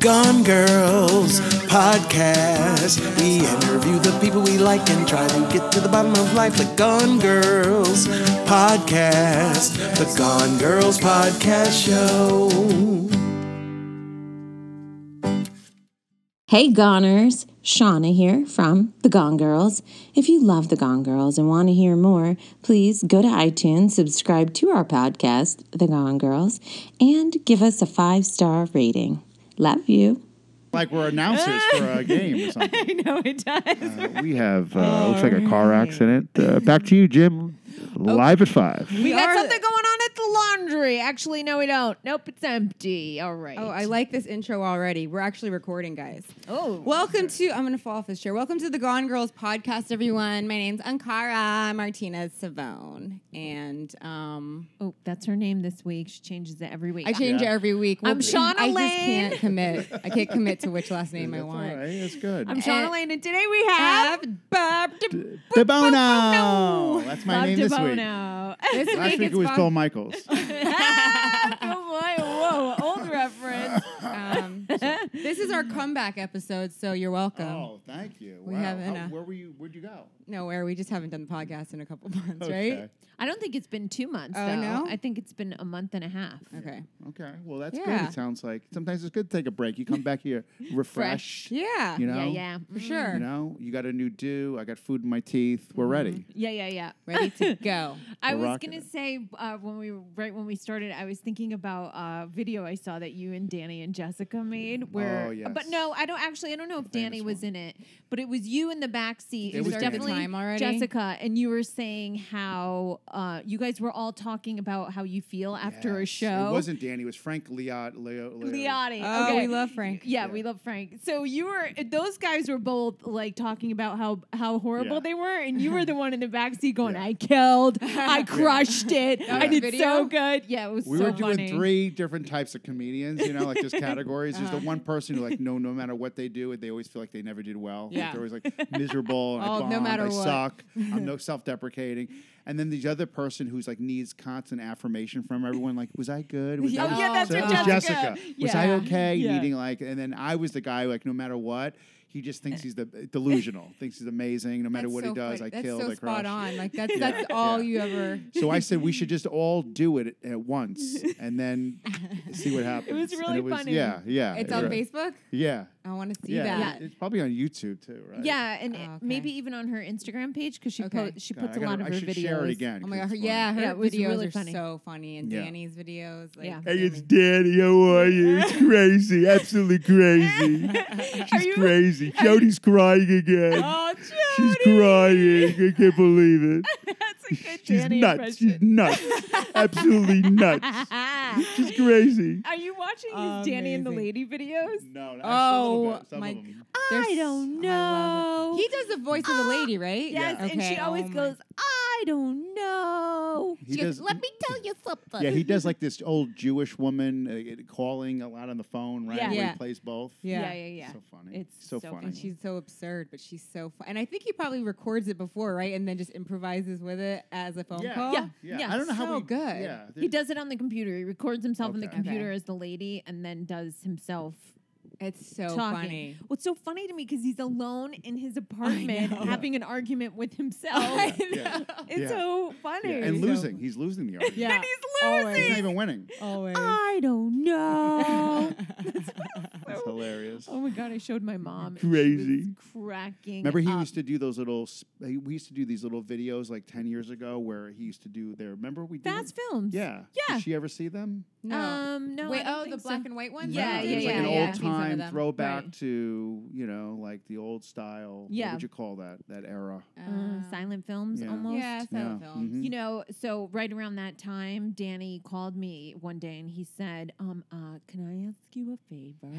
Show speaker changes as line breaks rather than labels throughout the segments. Gone Girls podcast. We interview the people we like and try to get to the bottom of life. The Gone Girls podcast. The Gone Girls podcast show.
Hey Goners, Shauna here from The Gone Girls. If you love The Gone Girls and want to hear more, please go to iTunes, subscribe to our podcast, The Gone Girls, and give us a five star rating. Love you.
like we're announcers for a game or something.
I know it does. Oh,
We have uh, looks like a car accident. Uh, back to you, Jim. Live at five.
We
got something going on at the laundry. Actually, no, we don't. Nope, it's empty. All right.
Oh, I like this intro already. We're actually recording, guys.
Oh.
Welcome to, I'm going to fall off this chair. Welcome to the Gone Girls podcast, everyone. My name's Ankara Martinez Savone. And um,
Oh, that's her name this week. She changes it every week.
I change it every week.
I'm Shauna
I just
Lane.
can't commit. I can't commit to which last name I
That's all
want.
right. That's good.
I'm
Eh,
Shauna Lane, and today we have.
Have Bob De-
DeBono. That's my
Bob
name this week.
DeBono.
this week
Last week
it's
it was
Bob-
Bill Michaels.
oh boy! Whoa, old reference.
um, This is our comeback episode, so you're welcome.
oh, thank you.
We
wow.
have
How-
enough.
where were you? Where'd you go?
No, where we just haven't done the podcast in a couple months,
Okay.
right?
I don't think it's been two months.
Oh,
though.
no?
I think it's been a month and a half.
Okay.
Okay. Well, that's
Yeah.
good. It sounds like sometimes it's good to take a break. You come back here refreshed.
Yeah.
You know.
Yeah, yeah. Mm-hmm.
For sure.
You know. You got a new do. I got food in my teeth. We're
Mm-hmm.
ready.
Yeah, yeah, yeah.
Ready to go.
I
We're
was
rocking
gonna
it.
say uh, when we right when we started, I was thinking about a video I saw that you and Danny and Jessica made. Where, uh,
Oh,
but
yes.
no, I don't actually. I don't know if Danny
famous
was in it, but it was you in the back seat.
It was Danny.
definitely
Time already?
Jessica, and you were saying how uh, you guys were all talking about how you feel after a
Yes.
show.
It wasn't Danny. It was Frank Liotti. Leo, Leo.
Liotti.
Oh,
okay.
we love Frank.
Yeah,
Yeah.
we love Frank. So you were those guys were both like talking about how how horrible
Yeah.
they were, and you were the one in the backseat going,
Yeah.
"I killed, I crushed it, I
was
did
video?
so good." Yeah, it was
We
so
were doing
funny.
three different types of comedians, you know, like just categories. There's
Uh-huh.
the one person who, like, no, no matter what they do, they always feel like they never did well. Like,
Yeah.
they're always like miserable. and I
Oh, no
bombed,
matter
I
what.
suck. I'm no self-deprecating. And then the other person who's like needs constant affirmation from everyone, like, was I good? Was
Yeah.
I
Oh, yeah, that's
so
right,
it was
Jessica.
Was I
Yeah.
okay?
Yeah.
Needing like, and then I was the guy like, no matter what, he just thinks he's the eh, delusional, thinks he's amazing, no matter
Eh. That's
what
so
he does.
funny.
I
that's
killed,
so
I
spot
crushed.
on. Like that's
Yeah,
that's all
yeah.
you ever.
So I said we should just all do it at once and then see what happens.
was
And
really funny.
Yeah, yeah.
It's
it
on
was-
Facebook.
Yeah,
I want to see
yeah.
that.
It's probably on YouTube too, right?
Yeah, and
Oh,
it-
okay.
maybe even on her Instagram page because she po-
Okay.
she
God,
puts
Uh, I
a lot
gotta-
of
I
her
should
videos.
share it again.
Oh
'cause
my god!
it's
Her,
funny.
yeah, her
Yeah, it was
videos
really
are
funny.
so funny, and
Yeah.
Danny's videos. Like,
Yeah.
Hey,
Danny-
it's Danny. How are you? It's crazy. Absolutely crazy. She's crazy. Jody's crying again.
Oh,
She's crying. I can't believe it.
that's a good
She's
Danny
nuts. She's
impression.
nuts. Absolutely nuts.
Ah.
She's crazy.
Are you watching his Danny and the Lady
Amazing.
videos?
No, no.
Oh my! there's-
I don't
oh, I love
know. Ah,
it. He does the voice of the lady, right?
Yes, and she
Okay,
always
oh my-
goes, "I don't know."
He does-
me tell you something.
Yeah, he does like this old Jewish woman uh, it- calling a lot on the phone, right?
Yeah.
Where
Yeah.
he plays both.
Yeah.
yeah, yeah, yeah.
So funny.
It's
so,
so
funny.
And
funny.
she's so absurd, but she's so fun. And I think he probably records it before, right? And then just improvises with it as a phone call.
Yeah.
I don't know how
so
we,
good.
Yeah,
He does it on the computer. He records himself on the
Okay.
computer
Okay.
as the lady, and then does himself
It's so
talking.
funny.
What's so funny to me because he's alone in his apartment
know.
having an argument with himself.
I
yeah.
know.
It's
Yeah.
so Oh.
Yeah,
funny.
and losing. He's losing the argument.
Yeah.
He's not
Always.
even winning.
Always.
I don't know.
That's hilarious.
oh my god! I showed my mom. and she
Crazy.
was cracking.
Remember, he
up.
used to do those little. sp- he- We used to do these little videos like ten years ago, where he used to do their. Remember, we did.
Fast films.
Yeah.
Yeah.
Did she ever see them?
No.
Um, no.
Wait,
I don't
oh,
think
the
so.
black and white ones?
Yeah,
No,
yeah,
it was like
yeah,
an
yeah.
old
I've seen some of
time
them.
throwback
Right.
to you know like the old style. What
Yeah.
would you call that? That era.
Uh,
Um,
silent films,
yeah.
almost.
Yeah, mm-hmm.
Yeah,
silent films.
mhm.
You know, so right around that time, Danny called me one day and he said, um, uh, Can I ask you a favor?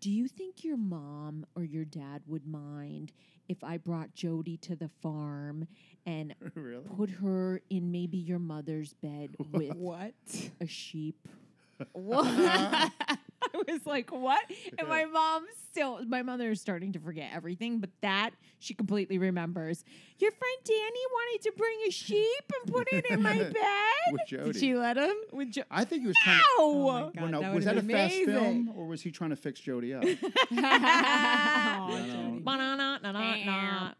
Do you think your mom or your dad would mind if I brought Jody to the farm and
really?
put her in maybe your mother's bed with
What?
a sheep?
What?
I was like, What? And my mom still, my mother is starting to forget everything, but that she completely remembers. Your friend Danny wanted to bring a sheep and put it in my bed.
With Jody. Oh
let him? With jo-
I think he was trying. To,
Ow!
Well,
God,
no,
that
was that a
would've been
fast film
amazing.
or was was he trying to fix Jody up?
Ba-na-na-na-na-na.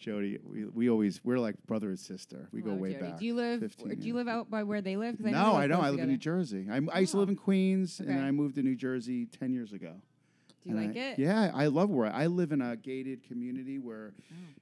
Jody, we, we always we're like brother and sister. We go way back.
Do you live?
15
Do you
years.
live out by where they live? 'Cause know
No,
they
I don't. I
close
live in New
together.
Jersey. I, I used to live in Queens, and
Okay.
then I moved to New Jersey ten years ago.
Do you
And
like
I-
it?
Yeah, I love where I, I live in a gated community where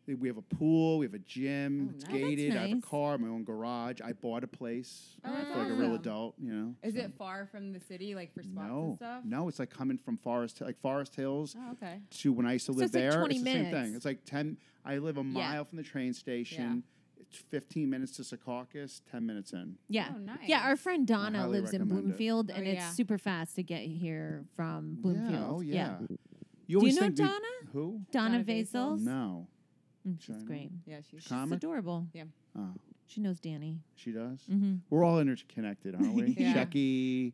th- we have a pool, we have a gym,
Oh,
it's
nice. Oh, that's
gated. I have a
nice.
car, my own garage. I bought a place
Oh, that's
for like a real
awesome.
adult, you know.
Is
so-
it far from the city, like for spots and
No,
stuff?
no, it's like coming from Forest, like Forest Hills
Oh, okay.
to when I used to live
it's like
there.
20
it's the same
minutes.
thing. It's like ten. I live a mile from the train station. It's fifteen minutes to Secaucus. Ten minutes in.
Yeah.
Oh, nice.
Yeah, our friend Donna
highly
lives in
recommend it.
Bloomfield,
Oh,
and
yeah.
it's super fast to get here from Bloomfield.
Yeah. Oh yeah.
Do
always
you know
think we-
Donna?
Who?
Donna,
Donna Vasils?
Vasils?
No.
Mm,
Should I
She's
know?
great.
Yeah, she's.
She's
Comic?
adorable.
Oh,
She knows Danny.
she does.
Mm-hmm.
We're all interconnected, aren't we?
Mm. Yeah.
Shecky,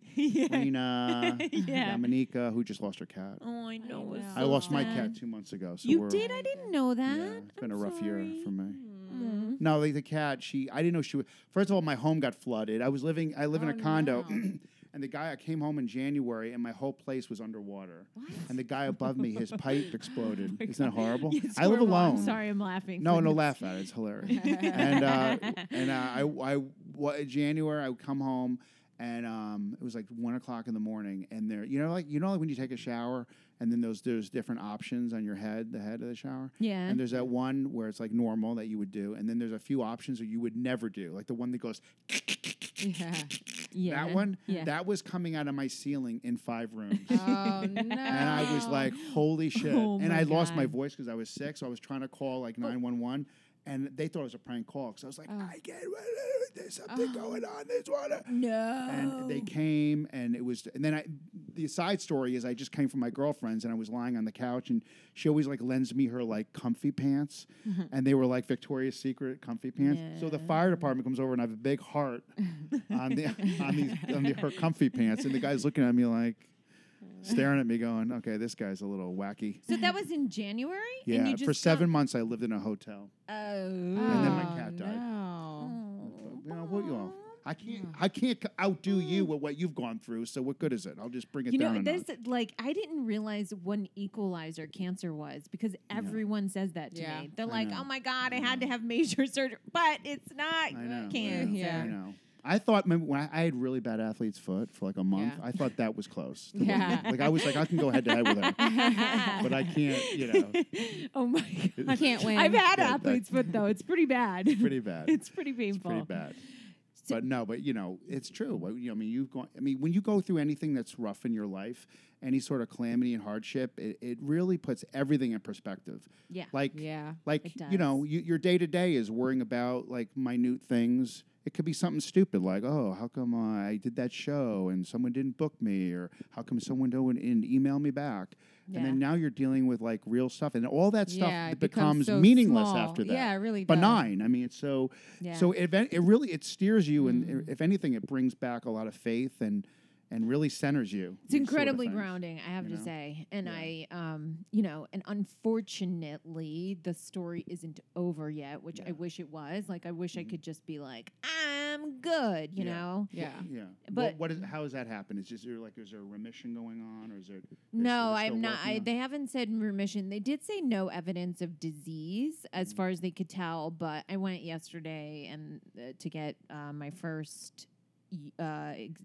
Lena,
Yeah.
Dominica, who just lost her cat.
Oh, I know. it's
know.
I
so
lost my
sad.
cat two months ago. So
you
we're,
did? I didn't know that.
Yeah, it's been
I'm
a rough year
sorry.
for me.
Mm.
No, like the cat. She, I didn't know she was. First of all, my home got flooded. I was living. I live in
Oh,
a condo,
no.
and the guy. I came home in January, and my whole place was underwater.
What?
And the guy above me, his pipe exploded.
Oh my
Isn't that horrible?
It's
I live
horrible.
alone.
I'm sorry, I'm laughing.
No,
but
no,
it's-
laugh at it. It's hilarious. and uh, and uh, I, I, wa- in January, I would come home, and um, it was like one o'clock in the morning, and there, you know, like you know, like when you take a shower, and then those there's different options on your head, the head of the shower.
Yeah.
And there's that one where it's like normal that you would do, and then there's a few options that you would never do, like the one that goes.
Yeah.
yeah.
That one,
Yeah.
that was coming out of my ceiling in five rooms.
Oh no.
And I was like, holy shit.
Oh
and
my
I lost my
God. Oh.
voice because I was sick. So I was trying to call like 911. And they thought it was a prank call because I was like, I can't, there's something going on. There's water.
Oh. No.
And they came and it was, and then I, the side story is I just came from my girlfriend's and I was lying on the couch and she always like lends me her like comfy pants
Mm-hmm.
and they were like Victoria's Secret comfy pants. So the fire department comes over and I have a big heart on the, on these, on the, her comfy pants. And the guy's looking at me like, staring at me going, okay, this guy's a little wacky.
So that was in January? And
Yeah,
you
for
just
seven
got-
months I lived in a hotel.
Oh.
And then my
Oh,
cat died.
No.
You know, what you all- I can't, I can't c- outdo you with what you've gone through. So what good is it? I'll just bring it
You
down.
know,
a
this
notch.
like I didn't realize what an equalizer cancer was because everyone says that to
Yeah.
me. They're like,
know.
"Oh my god, I, had to have major surgery, but it's not
I know.
cancer."
I know.
Yeah.
I know. I thought remember, when I, I had really bad athlete's foot for like a month.
Yeah.
I thought that was close. to what-
Yeah.
Like I was like I can go head to head with her, but I can't. You know,
oh my god,
I
Can't win.
I've had
Yeah, that-
athlete's foot though; it's pretty bad. It's
pretty bad.
it's pretty
It's
painful.
pretty bad. But no, but you know, it's true. What- you know, I mean, you've gone. I mean, when you go through anything that's rough in your life, any sort of calamity and hardship, it, it really puts everything in perspective.
Yeah.
Like,
Yeah.
like
It
you know,
does.
you, your day to day is worrying about like minute things. It could be something stupid like, oh, how come uh, I did that show and someone didn't book me, or how come someone don't and email me back, and then now you're dealing with like real stuff, and all that stuff
Yeah, it
becomes,
becomes so
meaningless
small.
after that.
Yeah, it really does.
benign. I mean, it's so
Yeah. Mm.
so it, ven- it really it steers you, and if anything, it brings back a lot of faith and and really centers you.
It's
these sort of
incredibly
things.
grounding, I have
you
to
know?
say. And
Yeah.
I, um, you know, and unfortunately, the story isn't over yet, which I wish it was. Like, I wish I could just be like, I'm good, you
Mm-hmm. Yeah.
know?
Yeah.
Yeah,
But-
but what is how does that happen? Is just there like is there a remission going on, or is there?
No,
they're still
I'm not.
working
I,
on-
they haven't said remission. They did say no evidence of disease,
Mm.
as far as they could tell. But I went yesterday and uh, to get uh, my first y- uh, ex-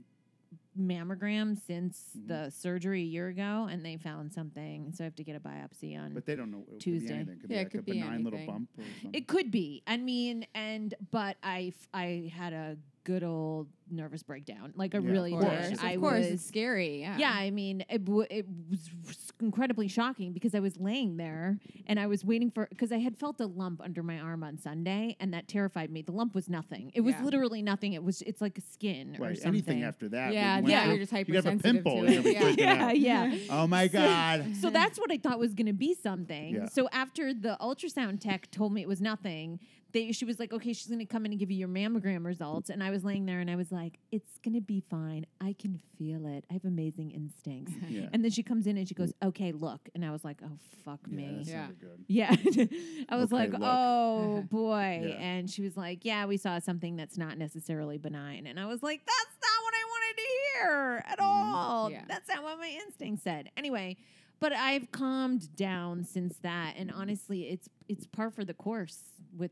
mammogram since
Mhm.
the surgery a year ago, and they found something. So I have to get a biopsy on.
But they don't know. It could be
Tuesday.
anything. Could
Yeah, it
be like
could
a
be
benign little
anything.
bump. Or something.
It could be. I mean, and but I f- I had a good old nervous breakdown. Like I
Yeah, of
really
Of
course.
did.
course. Of
I
course.
was
It's scary. Yeah.
yeah, I mean, it, w- it was s- incredibly shocking because I was laying there and I was waiting for because I had felt a lump under my arm on Sunday and that terrified me. The lump was nothing. It was
Yeah.
literally nothing. It was it's like a skin or
right.
something.
Anything after that.
Yeah,
would- when
yeah,
you-
you're just
You have a
hypersensitive
pimple. you're
to it.
gonna be freaking
yeah,
out.
yeah.
Oh my god.
So that's what I thought was going to be something.
Yeah.
So after the ultrasound tech told me it was nothing, they she was like, "Okay, she's going to come in and give you your mammogram results." And I was laying there and I was like, "It's going to be fine. I can feel it. I have amazing instincts."
Yeah. Mm.
And then she comes in and she goes, "Okay, look." And I was like, "Oh fuck
Yeah,
me."
that's
Yeah. Uh-huh.
never good.
Yeah. I was
Okay,
like,
look.
oh boy.
Yeah.
And she was like, yeah, we saw something that's not necessarily benign. And I was like, that's not what I wanted to hear.
care
Mm.
at all.
Yeah.
That's not what my instinct said.
said. Anyway, but I've calmed down since that, and honestly, it's it's par for the course. With,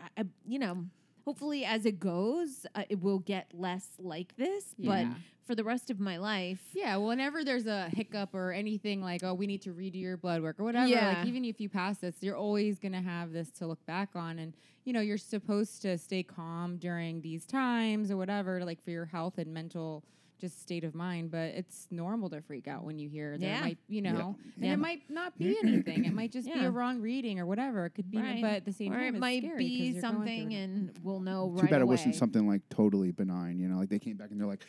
I, I- you know, hopefully as it goes, uh, it will get less like this.
Yeah.
But for the rest of my life,
Yeah, whenever there's a hiccup or anything like, oh, we need to redo your blood work or whatever,
Yeah.
like even if you pass this, you're always going to have this to look back on. And, you know, you're supposed to stay calm during these times or whatever, like for your health and mental just state of mind. But it's normal to freak out when you hear there
Yeah.
might, you know, and
Yeah.
it might not be anything. It might just be
Yeah.
a wrong reading or whatever. It could be,
Right.
but at the same
or
time,
it
it's
might
scary 'cause
be
you're going through
something,
it.
and we'll know
Too
right
bad
away.
it wasn't something like totally benign. You know, like they came back and they're like,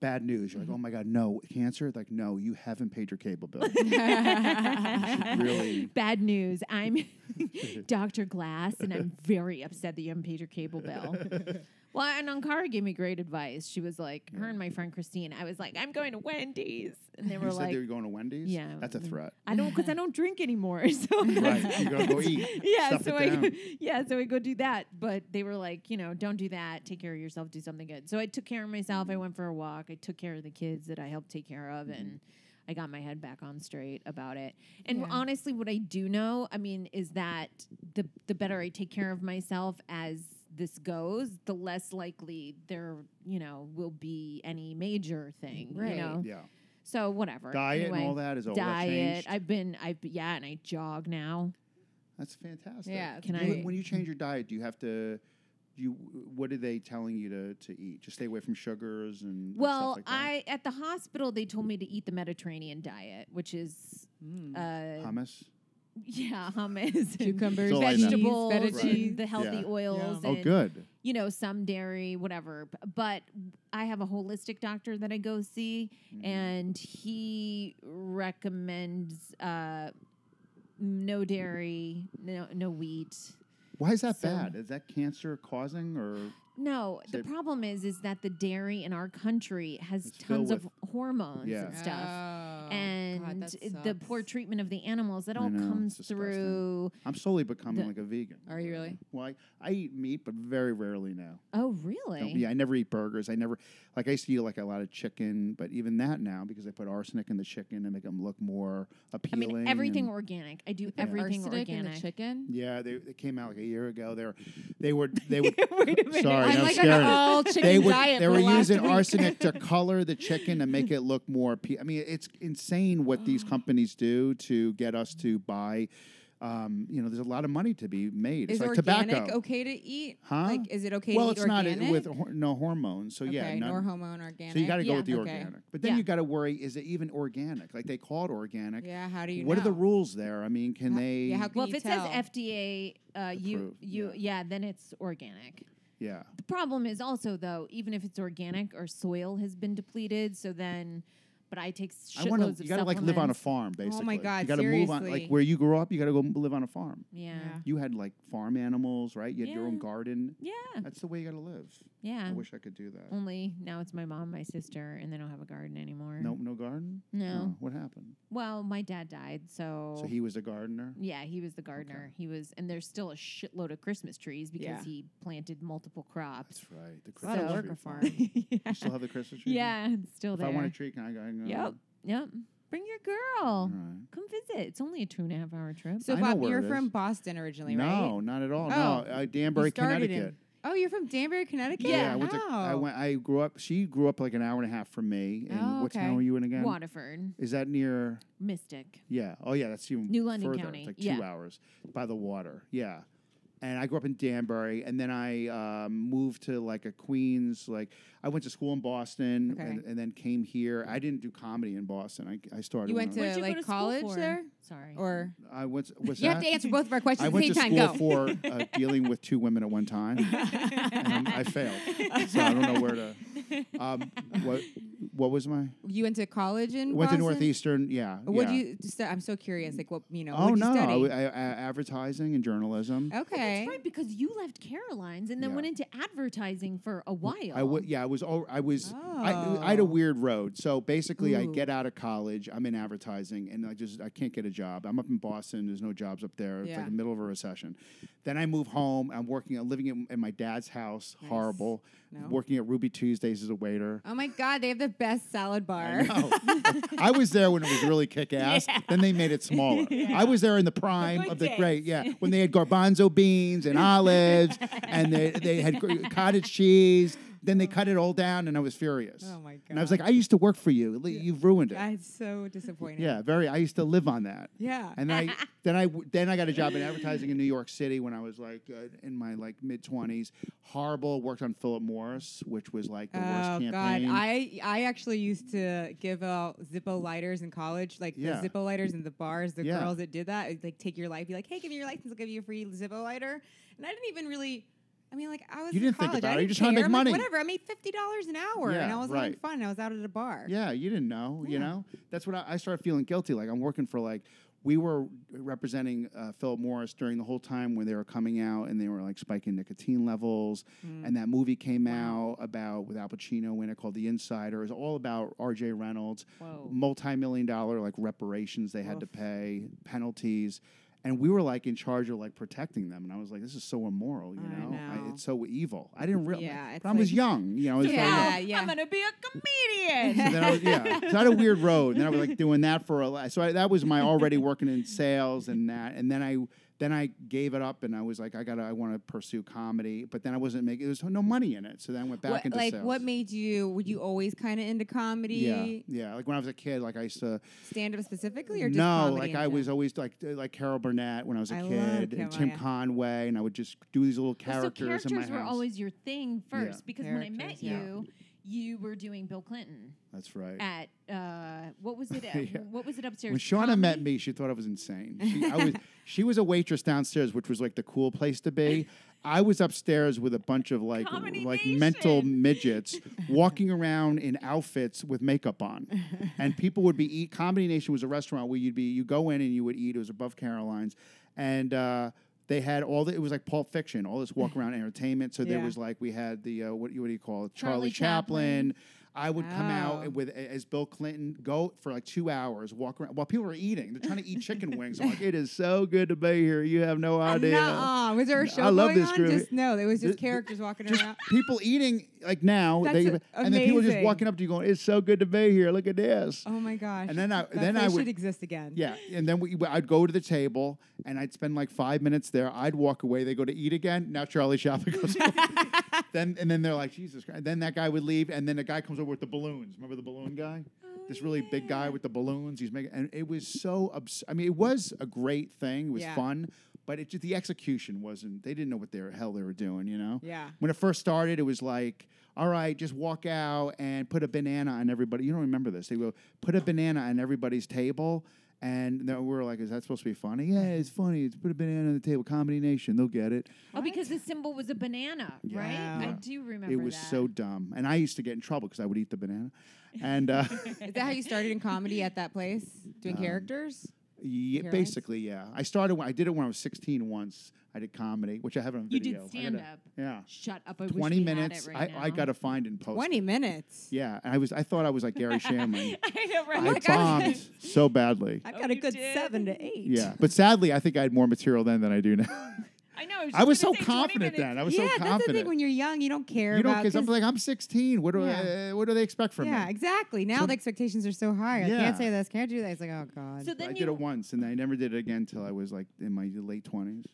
bad news. You're like,
Mm-hmm.
oh my god, no cancer. Like, no, you haven't paid your cable bill. really.
Bad news. I'm Dr. Glass, and I'm very upset that you haven't paid your cable bill. well, and Ankara gave me great advice. She was like, her and my friend Christine, I was like, I'm going to Wendy's. And they
You
were
said
like,
they were going to Wendy's.
Yeah. mm-hmm.
that's a threat.
I don't because I don't drink anymore. So
right, you gotta go eat.
yeah,
Stuff
so
it
I
down.
yeah, so I go do that. But they were like, you know, don't do that. Take care of yourself. Do something good. So I took care of myself. I went for a walk. I took care of the kids that I helped take care of,
Mm-hmm.
and I got my head back on straight about it. And honestly, what I do know, I mean, is that the the better I take care of myself as this goes, the less likely there, you know, will be any major thing. You
Right.
know?
Yeah.
So whatever.
Diet and
Um, Anyway,
all that? Is all that
diet.
changed?
I've been. I've been- yeah, and I jog now.
That's fantastic.
Yeah. it's
Can I-
When,
great.
when you change your diet, do you have to? do You what are they telling you to, to eat? Just stay away from sugars and
Well,
stuff like
I
that?
at the hospital they told me to eat the Mediterranean diet, which is
Mm.
uh,
hummus.
yeah hummus, and
Cucumbers,
So like that.
vegetables,
feta
and
cheese.
the healthy
Yeah.
oils.
Oh,
and,
good.
You know, some dairy, whatever. B- But I have a holistic doctor that I go see,
Mm-hmm.
and he recommends uh, no dairy, no no wheat,
Why is that
So-
bad? Is that cancer causing or
No,
So-
the problem is is that the dairy in our country has
It's filled
tons of
with-
hormones
Yeah.
and stuff.
Oh, God,
and
that
it- the
sucks.
poor treatment of the animals that all
know,
comes
it's disgusting.
through.
I'm slowly becoming
The-
like a vegan.
Are you really?
Well, I, I eat meat, but very rarely now.
Oh,
Don't-
really?
Yeah, I never eat burgers. I never like I used to eat like a lot of chicken, but even that now because I put arsenic in the chicken and make them look more
I
appealing.
mean, everything
and-
organic. I do everything
Arsenic in
organic.
the chicken.
yeah, they, they came out like a year ago. They were, they were, they were.
Wait a minute.
sorry,
I'm
I'm
like on
scared.
an all chicken
they were,
diet.
they
for
were
the last
using
week.
arsenic to color the chicken and make it look more. Pe- I mean, it's insane what these companies do to get us to buy. Um, you know, there's a lot of money to be made.
Is
it's like
organic
tobacco.
okay to eat?
Huh?
Like, is it okay
well,
to eat
it's
organic?
not with hor- no hormones. So yeah,
okay,
none-
nor hormone organic.
So you got to go
Yeah,
with the
okay.
organic. But then
Yeah.
you got to worry: is it even organic? Like they call it organic.
Yeah, how do you?
what
know?
are the rules there? I mean, can
Ho-
they?
yeah, how can
well,
you
if it
tell?
says FDA, uh, you
Approved,
you
yeah.
yeah, then it's organic.
yeah.
The problem is also though, even if it's organic, our soil has been depleted. So then, but I take shitloads
I want
of
to. You got to like live on a
supplements.
farm, basically.
Oh God,
You got to move on,
seriously.
like where you grew up. You got to go m- live on a farm.
Yeah.
You had like farm animals, right? You had your own
Yeah.
garden.
Yeah.
That's the way you got to live.
Yeah.
I wish I could do that.
Mm.
Only now it's my mom, my sister, and they don't have a garden anymore.
No, no garden.
No.
Oh, what happened?
Well, my dad died, so.
Oh.
So he was a gardener.
yeah, he was the gardener. He was, and there's still a shitload of Christmas trees because
Yeah.
he planted multiple crops.
That's right. The
a lot
Christmas
of
So-
work
tree
a farm?
yeah.
You still have the Christmas tree.
yeah, it's still
If
there.
I want a tree, can I go? I can go?
Yep, yep. Bring your
All
girl.
right.
Come visit. It's only a two and a half hour trip.
So
I know
Bob,
where
you're
it
from
is.
Boston originally, right?
No, not at all.
Oh.
no, uh, Danbury,
You started
Connecticut.
in- Oh, you're from Danbury, Connecticut.
I went to. I
Wow.
went. I grew up. She grew up like an hour and a half from me. And
Oh,
what town
okay.
were you in again?
Waterford,
Is that near?
Mystic.
Yeah. Oh, yeah. That's even
New London
further.
County.
It's like
Yeah.
two hours by the water. Yeah. And I grew up in Danbury, and then I um, moved to like a Queens. Like I went to school in Boston,
Okay.
and, and then came here. I didn't do comedy in Boston. I, I started.
You
when
went
I was-
to
Where'd you go
like
to school
college
for?
there,
Sorry.
or
I went. Was
you
that?
have to answer both of our questions
I
at the
went
same
to
time.
school
Go.
for uh, dealing with two women at one time. and i I failed, so I don't know where to. Um, what what was my?
you went to college in
Went to
Boston?
Northeastern. Yeah.
What
yeah.
do you? stu- I'm so curious. Like, what you know?
Oh
what'd
no! I
You study? Oh.
w- I- I- advertising and journalism.
okay.
That's right, because you left Caroline's and then
Yeah.
went into advertising for a while.
I would, yeah, I was, all, I was, I, I had a
Oh.
weird road. So basically, I
Ooh.
get out of college, I'm in advertising, and I just, I can't get a job. I'm up in Boston, there's no jobs up there. It's
Yeah.
like the middle of a recession. Then I move home, I'm working, I'm living in, in my dad's house, horrible.
No.
Working at Ruby Tuesdays as a waiter.
Oh my God, they have the best salad bar.
No. I was there when it was really kick ass. Then they made it smaller. I was there in the prime
Good
of the
days.
great, yeah, when they had garbanzo beans and olives and they, they had gr- cottage cheese. Then they cut it all down and I was furious.
Oh my god!
And I was like, I used to work for you. Li- You've ruined it.
that's so disappointing.
yeah, very. I used to live on that.
Yeah.
And I then I w- then I got a job in advertising in New York City when I was like uh, in my like mid twenties. Horrible. Worked on Philip Morris, which was like the
Oh
worst
God!
campaign.
I I actually used to give out Zippo lighters in college, like
Yeah.
the Zippo lighters in the bars. The
Yeah.
girls that did that, it'd, like take your light, be like, "Hey, give me your license, I'll give you a free Zippo lighter." And I didn't even really, I mean, like I was
You
in
didn't think
college,
about
I
it. You're
didn't
just trying to
care.
make
I'm
money.
like, Whatever. I made fifty dollars an hour, and
Yeah,
I was having
right.
fun. I was out at a bar.
Yeah, you didn't know, you know? That's what I, I started feeling guilty. Like, I'm working for, like, we were representing uh, Philip Morris during the whole time when they were coming out and they were, like, spiking nicotine levels.
Hmm. Mm.
And that movie came out about, with Al Pacino in it, called The Insider. It was all about R.J. Reynolds,
Oh.
multi million dollar, like, reparations they had to pay, penalties. And we were like in charge of like protecting them, and I was like, "This is so immoral, you
I
know?
know.
it's so evil." I didn't realize,
Yeah, it's
but I was
like-
young, you know. it's very-
"Oh,
yeah, yeah.
I'm gonna be a comedian.
so then I was, yeah, so I had a weird road. And then I was like doing that for a lot. So I, that was my already working in sales and that. And then I then I gave it up and I was like, I gotta, I want to pursue comedy. But then I wasn't making. There's no money in it. So then I went back
What-
into
like
sales.
what made you? Were you always kind of into comedy?
yeah, yeah. Like when I was a kid, like I used to.
Stand up specifically, or just
No,
comedy
like
in
I was
general?
always like like Carol Burnett when I was a
I love
kid,
Carol
and Tim
Burnett.
Conway, and I would just do these little
Well,
characters,
so characters
in my house.
were always your thing first because when I met
Characters, yeah.
you, you were doing Bill Clinton
That's right.
at uh, what was it? At,
Yeah.
What was it upstairs?
When Shauna met
Comedy?
me, she thought I was insane. She, I was, she was a waitress downstairs, which was like the cool place to be. I was upstairs with a bunch of like
Comedy
like mental
Nation.
midgets walking around in outfits with makeup on, and people would be eat. Comedy Nation was a restaurant where you'd be you go in and you would eat. It was above Caroline's, and. uh they had all the, it was like Pulp Fiction, all this walk around entertainment. So there
Yeah.
was like, we had the, uh, what, what do you call it?
Charlie
Charlie, Chaplin. I would come
Wow.
out with as Bill Clinton, go for like two hours, walk around while people are eating. They're trying to eat chicken wings. I'm like, it is so good to be here. You have no idea.
Nuh-uh. Was there a
N-
show
I love
going
this
on?
group.
Just no, it was just
Th- th-
characters walking
Just
around.
people eating like now,
That's
they,
a-
and then people just
amazing.
walking up to you going, "It's so good to be here. Look at this."
Oh my gosh!
And then I-
that
then I
place
would-
should exist again.
Yeah, and then we, I'd go to the table and I'd spend like five minutes there. I'd walk away. They go to eat again. Now Charlie Chaplin goes. then and then they're like Jesus Christ. Then that guy would leave, and then a guy comes over with the balloons. Remember the balloon guy? this really big guy with the balloons. He's making, and it was so. Obs- I mean, it was a great thing. It was
Yeah.
fun, but it just, the execution wasn't. They didn't know what the hell they were doing. You know?
Yeah.
When it first started, it was like, all right, just walk out and put a banana on everybody. You don't remember this. They go, put a banana on everybody's table. And then we were like, is that supposed to be funny? Yeah, it's funny. It's put a banana on the table. Comedy Nation, they'll get it.
Oh, because the symbol was a banana, right? I
Yeah.
do remember.
it was
that.
so dumb. And I used to get in trouble because I would eat the banana. And uh,
Is that how you started in comedy at that place, doing
Um,
characters?
yeah,
Parents?
basically, yeah. I started, when, I did it when I was 16 once. I did comedy, which I have on
You
video.
did
I gotta-
stand up.
Yeah.
Shut up! I wish
20
we had it
minutes.
right
I, I
now.
got to find and post.
Twenty minutes.
Yeah, and I was. I thought I was like Gary Shanley.
I know, right?
I bombed so badly.
I've
Oh,
got a
you
good
did?
seven to eight.
Yeah, but sadly, I think I had more material then than I do now.
I know. I was,
I was
just
so
gonna say 20
confident
minutes.
then. I was
yeah,
so
that's the thing.
confident.
When you're young, you don't care
you don't,
about.
because I'm
'cause-
like, I'm 16. What do
Yeah.
uh, what do they expect from
yeah,
me?
exactly. Now
So-
the expectations are so high. I
Yeah.
can't say this. Can't do that. It's like, oh god.
So then
I
you
did it once, and I never did it again until I was like in my late 20s.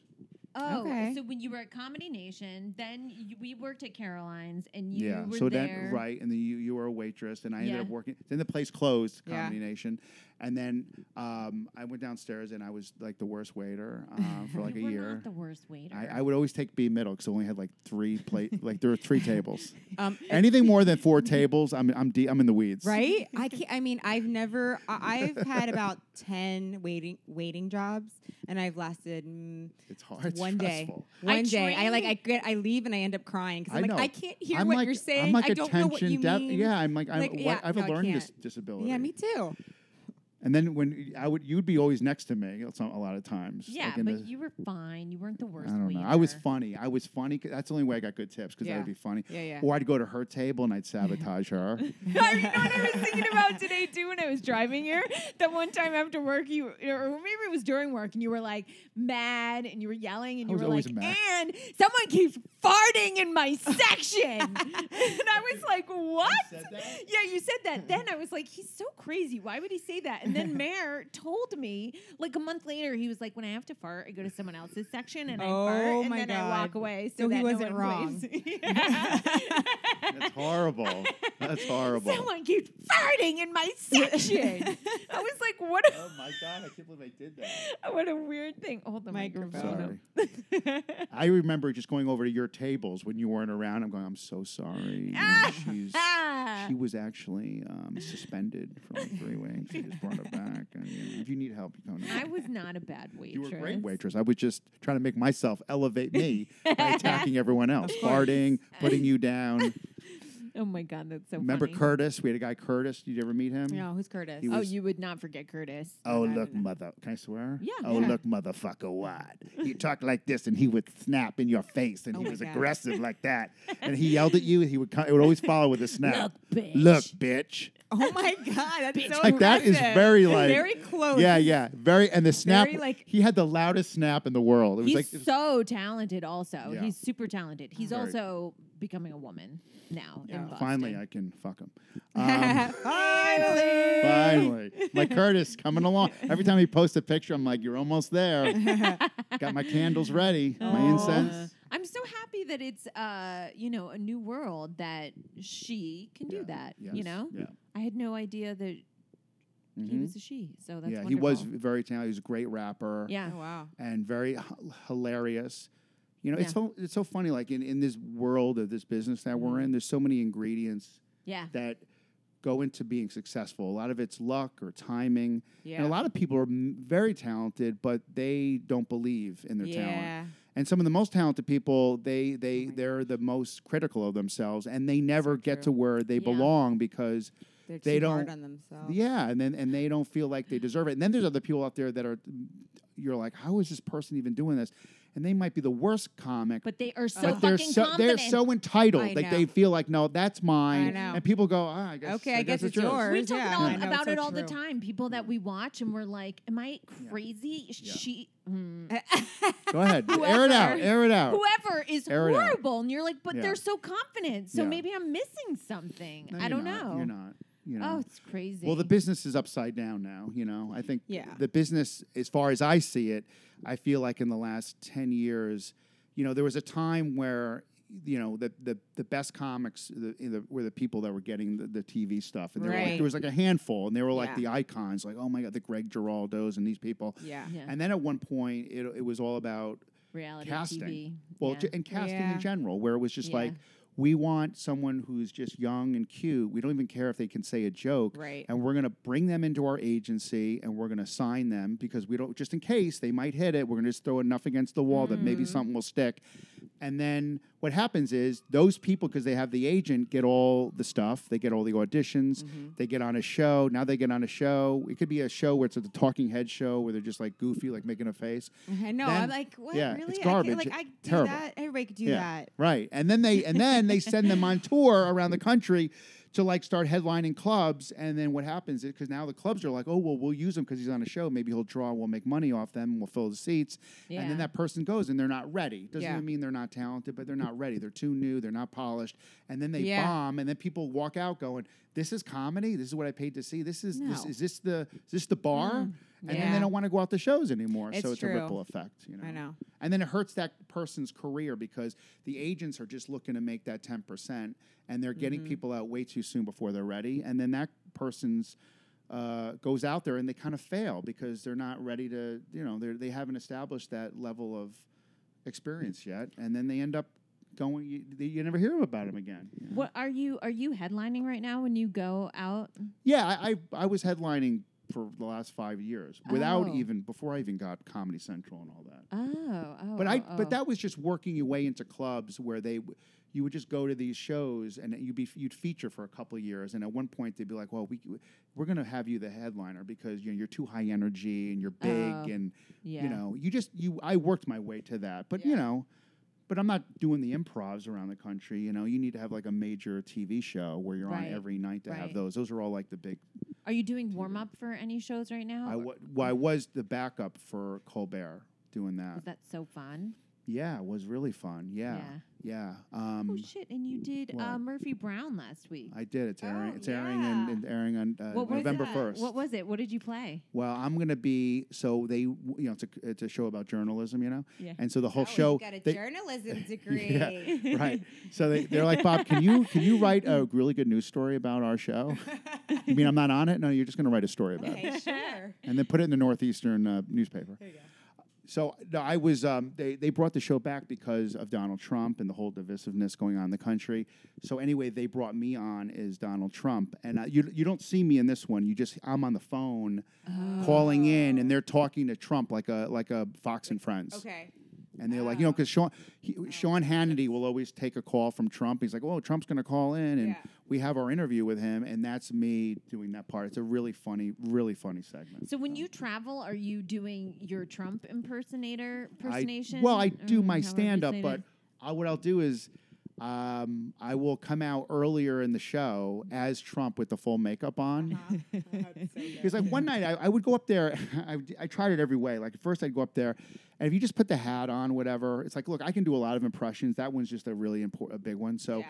Oh,
Okay.
so when you were at Comedy Nation, then you, we worked at Caroline's, and you
yeah.
were
So
there.
then, right, and then you you were a waitress, and I ended
Yeah.
up working. Then the place closed,
Yeah.
Comedy Nation, and then um, I went downstairs, and I was like the worst waiter um, for like
you
a
were
year.
Not the worst waiter.
I, I would always take B middle because I only had like three plate, like there were three tables.
Um,
Anything more than four tables, I'm I'm de- I'm in the weeds.
Right? I can't. I mean, I've never. I- I've had about ten waiting waiting jobs, and I've lasted. Mm,
It's hard. It's
one
stressful.
day. One
I
day. I like. I
trained-
get. I leave and I end up crying because
I
I'm
know.
like I can't hear
I'm
what
like,
you're saying.
I'm like
I don't know what
attention
you
def-
mean.
Yeah, I'm like, I'm,
Like,
what,
yeah,
I have
no,
a
I
learning dis-
can't.
disability.
Yeah, me too.
And then when I would, you'd be always next to me some- a lot of times.
Yeah,
like in
but
the-
you were fine. You weren't the
I
worst.
don't know. I was
leader.
funny. I was funny. 'cause That's the only way I got good tips because
Yeah.
I would be funny.
Yeah, yeah.
Or I'd go to her table and I'd sabotage her.
I you know what I was thinking about today too when I was driving here. That one time after work, you or maybe it was during work, and you were like mad and you were yelling and
I
you
was
were
always
like,
mad.
"And someone keeps farting in my section," and I was like, "What?"
said that?
Yeah, you said that. Then I was like, "He's so crazy. Why would he say that?" And then Mayor told me like a month later, he was like, "When I have to fart, I go to someone else's section and
Oh
I fart, and
my
then I walk
God.
away."
So
So
he
that no
wasn't
one
wrong.
waves." Yeah.
That's horrible. That's horrible.
Someone keeps farting in my section. I was like, what a
Oh my god! I can't believe I did that.
what a weird thing. Hold the microphone.
Sorry. I remember just going over to your tables when you weren't around. I'm going. I'm so sorry. You
Ah.
know, she's
Ah.
Uh,
she was actually um, suspended from three wings. We just brought her back. And, you know, if you need help, you come.
I was not a bad waitress.
You were a great waitress. I was just trying to make myself elevate me by attacking everyone else,
course.
farting, putting you down.
Oh my god, that's so.
Remember
funny.
Curtis? We had a guy Curtis. Did you ever meet him?
No, who's Curtis?
He
Oh,
was-
you would not forget Curtis.
Oh look, mother! Can I swear?
Yeah,
Oh
yeah.
look, motherfucker! What? You talk like this, and he would snap in your face, and
Oh
he
my
was
God.
aggressive like that. And he yelled at you. He would. Come, it would always follow with a snap. Look, bitch. Look, bitch.
oh my God, that's so
Like that is
aggressive.
very like.
very
Oh,
close.
Yeah, yeah. Very and the snap.
Very, like-
he had the loudest snap in the world. It was
He's
like. it was-
so talented. Also,
Yeah.
he's super talented. He's
Very.
also becoming a woman now. in Boston.
finally, I can fuck him. Um,
Finally.
finally, my Curtis coming along. Every time he posts a picture, I'm like, "You're almost there." Got my candles ready, my incense.
I'm so happy that it's uh, you know, a new world that she can
Yeah,
do that. You
yes,
know,
Yeah.
I had no idea that he
Mhm.
was a she. So that's
yeah,
wonderful.
he was very talented. He was a great rapper.
Yeah,
Oh, wow.
and very h- hilarious. You know, it's
Yeah.
so it's so funny. Like in, in this world of this business that
Mm-hmm.
we're in, there's so many ingredients
yeah.
that go into being successful. A lot of it's luck or timing,
Yeah.
and a lot of people are m- very talented, but they don't believe in their talent.
yeah. Oh
And some of the most talented people, they they
my
they're the most critical of themselves, and they never get
true.
to where they
Yeah.
belong because
They're
They
too hard
don't-
on themselves.
yeah, and then and they don't feel like they deserve it. And then there's other people out there that are mm, you're like, how is this person even doing this? And they might be the worst comic,
But they are so
but they're
fucking
so
confident.
they're so entitled.
I
like
know.
they feel like, no, that's mine.
know.
And people go, ah, I guess,
Okay, I guess it's yours.
we talk
Yeah,
all
I know,
about
so
it all the
true.
time. People that we watch and we're like, "Am I crazy?" She, mm.
Go ahead, air it out,
Whoever-
air it out.
whoever is
Air it out.
horrible, and you're like, "But
Oh. Yeah.
they're so confident." So
Yeah.
maybe I'm missing something.
No,
I
you're
don't
not.
know.
You're not. You know.
Oh, it's crazy.
Well, the business is upside down now. You know, I think
Yeah.
the business, as far as I see it, I feel like in the last ten years, you know, there was a time where you know the the, the best comics the, in the, were the people that were getting the, the TV stuff, and they were like,
Right.
there was like a handful, and they were like
Yeah.
the icons, like oh my god, the Greg Giraldos and these people.
Yeah.
yeah.
And then at one point, it it was all about
reality
casting.
TV.
well,
yeah.
ju- and casting
Yeah.
in general, where it was just
Yeah.
like. We want someone who's just young and cute. We don't even care if they can say a joke
Right.
and we're going to bring them into our agency and we're going to sign them because we don't just in case they might hit it we're going to just throw enough against the wall that maybe something will stick and then what happens is those people because they have the agent get all the stuff they get all the auditions
Mm-hmm.
they get on a show now they get on a show it could be a show where it's a talking head show where they're just like goofy like making a face
Mm-hmm.
I know.
Then-
I'm like, what?
yeah,
really?
it's
I
garbage.
can't, like, I do
Terrible.
that. Everybody could do that.
Right. And then they and then they send them on tour around the country to like start headlining clubs. And then what happens is because now the clubs are like, oh well, we'll use him because he's on a show. Maybe he'll draw. We'll make money off them. We'll fill the seats. And
Yeah.
then that person goes and they're not ready. Doesn't
Yeah.
even mean they're not talented, but they're not ready. They're too new. They're not polished. And then they
Yeah.
bomb. And then people walk out going, this is comedy. This is what I paid to see. This is this
No. Mm.
is this the is this the bar? And then
Yeah.
they don't want to go out to shows anymore. so
It's
it's a
true.
ripple effect. You know.
I know.
And then it hurts that person's career because the agents are just looking to make that 10% and they're getting people out way too soon before they're ready. And then that person's uh, goes out there and they kind of fail because they're not ready to, you know, they're, they haven't established that level of experience yet. And then they end up going, you, they- you never hear about them again. you know?
What are you are you headlining right now when you go out?
Yeah, I, I, I was headlining for the last five years without
Oh.
even, before I even got Comedy Central and all that.
Oh, oh.
But I
oh, oh.
but that was just working your way into clubs where they w- you would just go to these shows and you'd be you'd feature for a couple of years and at one point they'd be like well we we're going to have you the headliner because you know you're too high energy and you're big
Oh,
and
yeah.
you know you just you I worked my way to that but you know but I'm not doing the improvs around the country you know you need to have like a major TV show where you're
Right,
on every night to
right.
have those those are all like the big
Are you doing warm up for any shows right now?
I wa- well, I was the backup for Colbert doing that
Was that so fun?
yeah it was really fun yeah yeah, um
Oh shit! And you did uh,
what?
Murphy Brown last week.
I did. It's airing.
Oh,
it's airing and,
yeah.
and airing on uh,
what was
November
it?
first.
What was it? What did you play?
Well, I'm gonna be so they you know it's a, it's a show about journalism, you know,
Yeah.
and so the whole
Oh,
show
you got a
they-
journalism degree.
yeah, right. So they they're like Bob, can you can you write a really good news story about our show? you mean I'm not on it? No, you're just gonna write a story about it
Okay, sure.
and then put it in the northeastern uh, newspaper. There you go. So no, I was. Um, they they brought the show back because of Donald Trump and the whole divisiveness going on in the country. So anyway, they brought me on as Donald Trump, and uh, you you don't see me in this one. You just I'm on the phone, calling in, and they're talking to Trump like a like a Fox and Friends.
Okay. Oh.
And they're like, you know, because Sean, he, Sean Hannity will always take a call from Trump. He's like, oh, Trump's going to call in, and
Yeah.
we have our interview with him, and that's me doing that part. It's a really funny, really funny segment.
So when you travel, are you doing your Trump impersonator impersonation?
I, well, I
or
do my
however you
stand up,
say
but
that?
I, what I'll do is um, I will come out earlier in the show as Trump with the full makeup on.
Uh-huh.
Uh-huh. Oh,
Because like one night I, I would go up there, I, would- I tried it every way. Like at first I'd go up there, and if you just put the hat on, whatever, it's like look, I can do a lot of impressions. That one's just a really important, a big one. So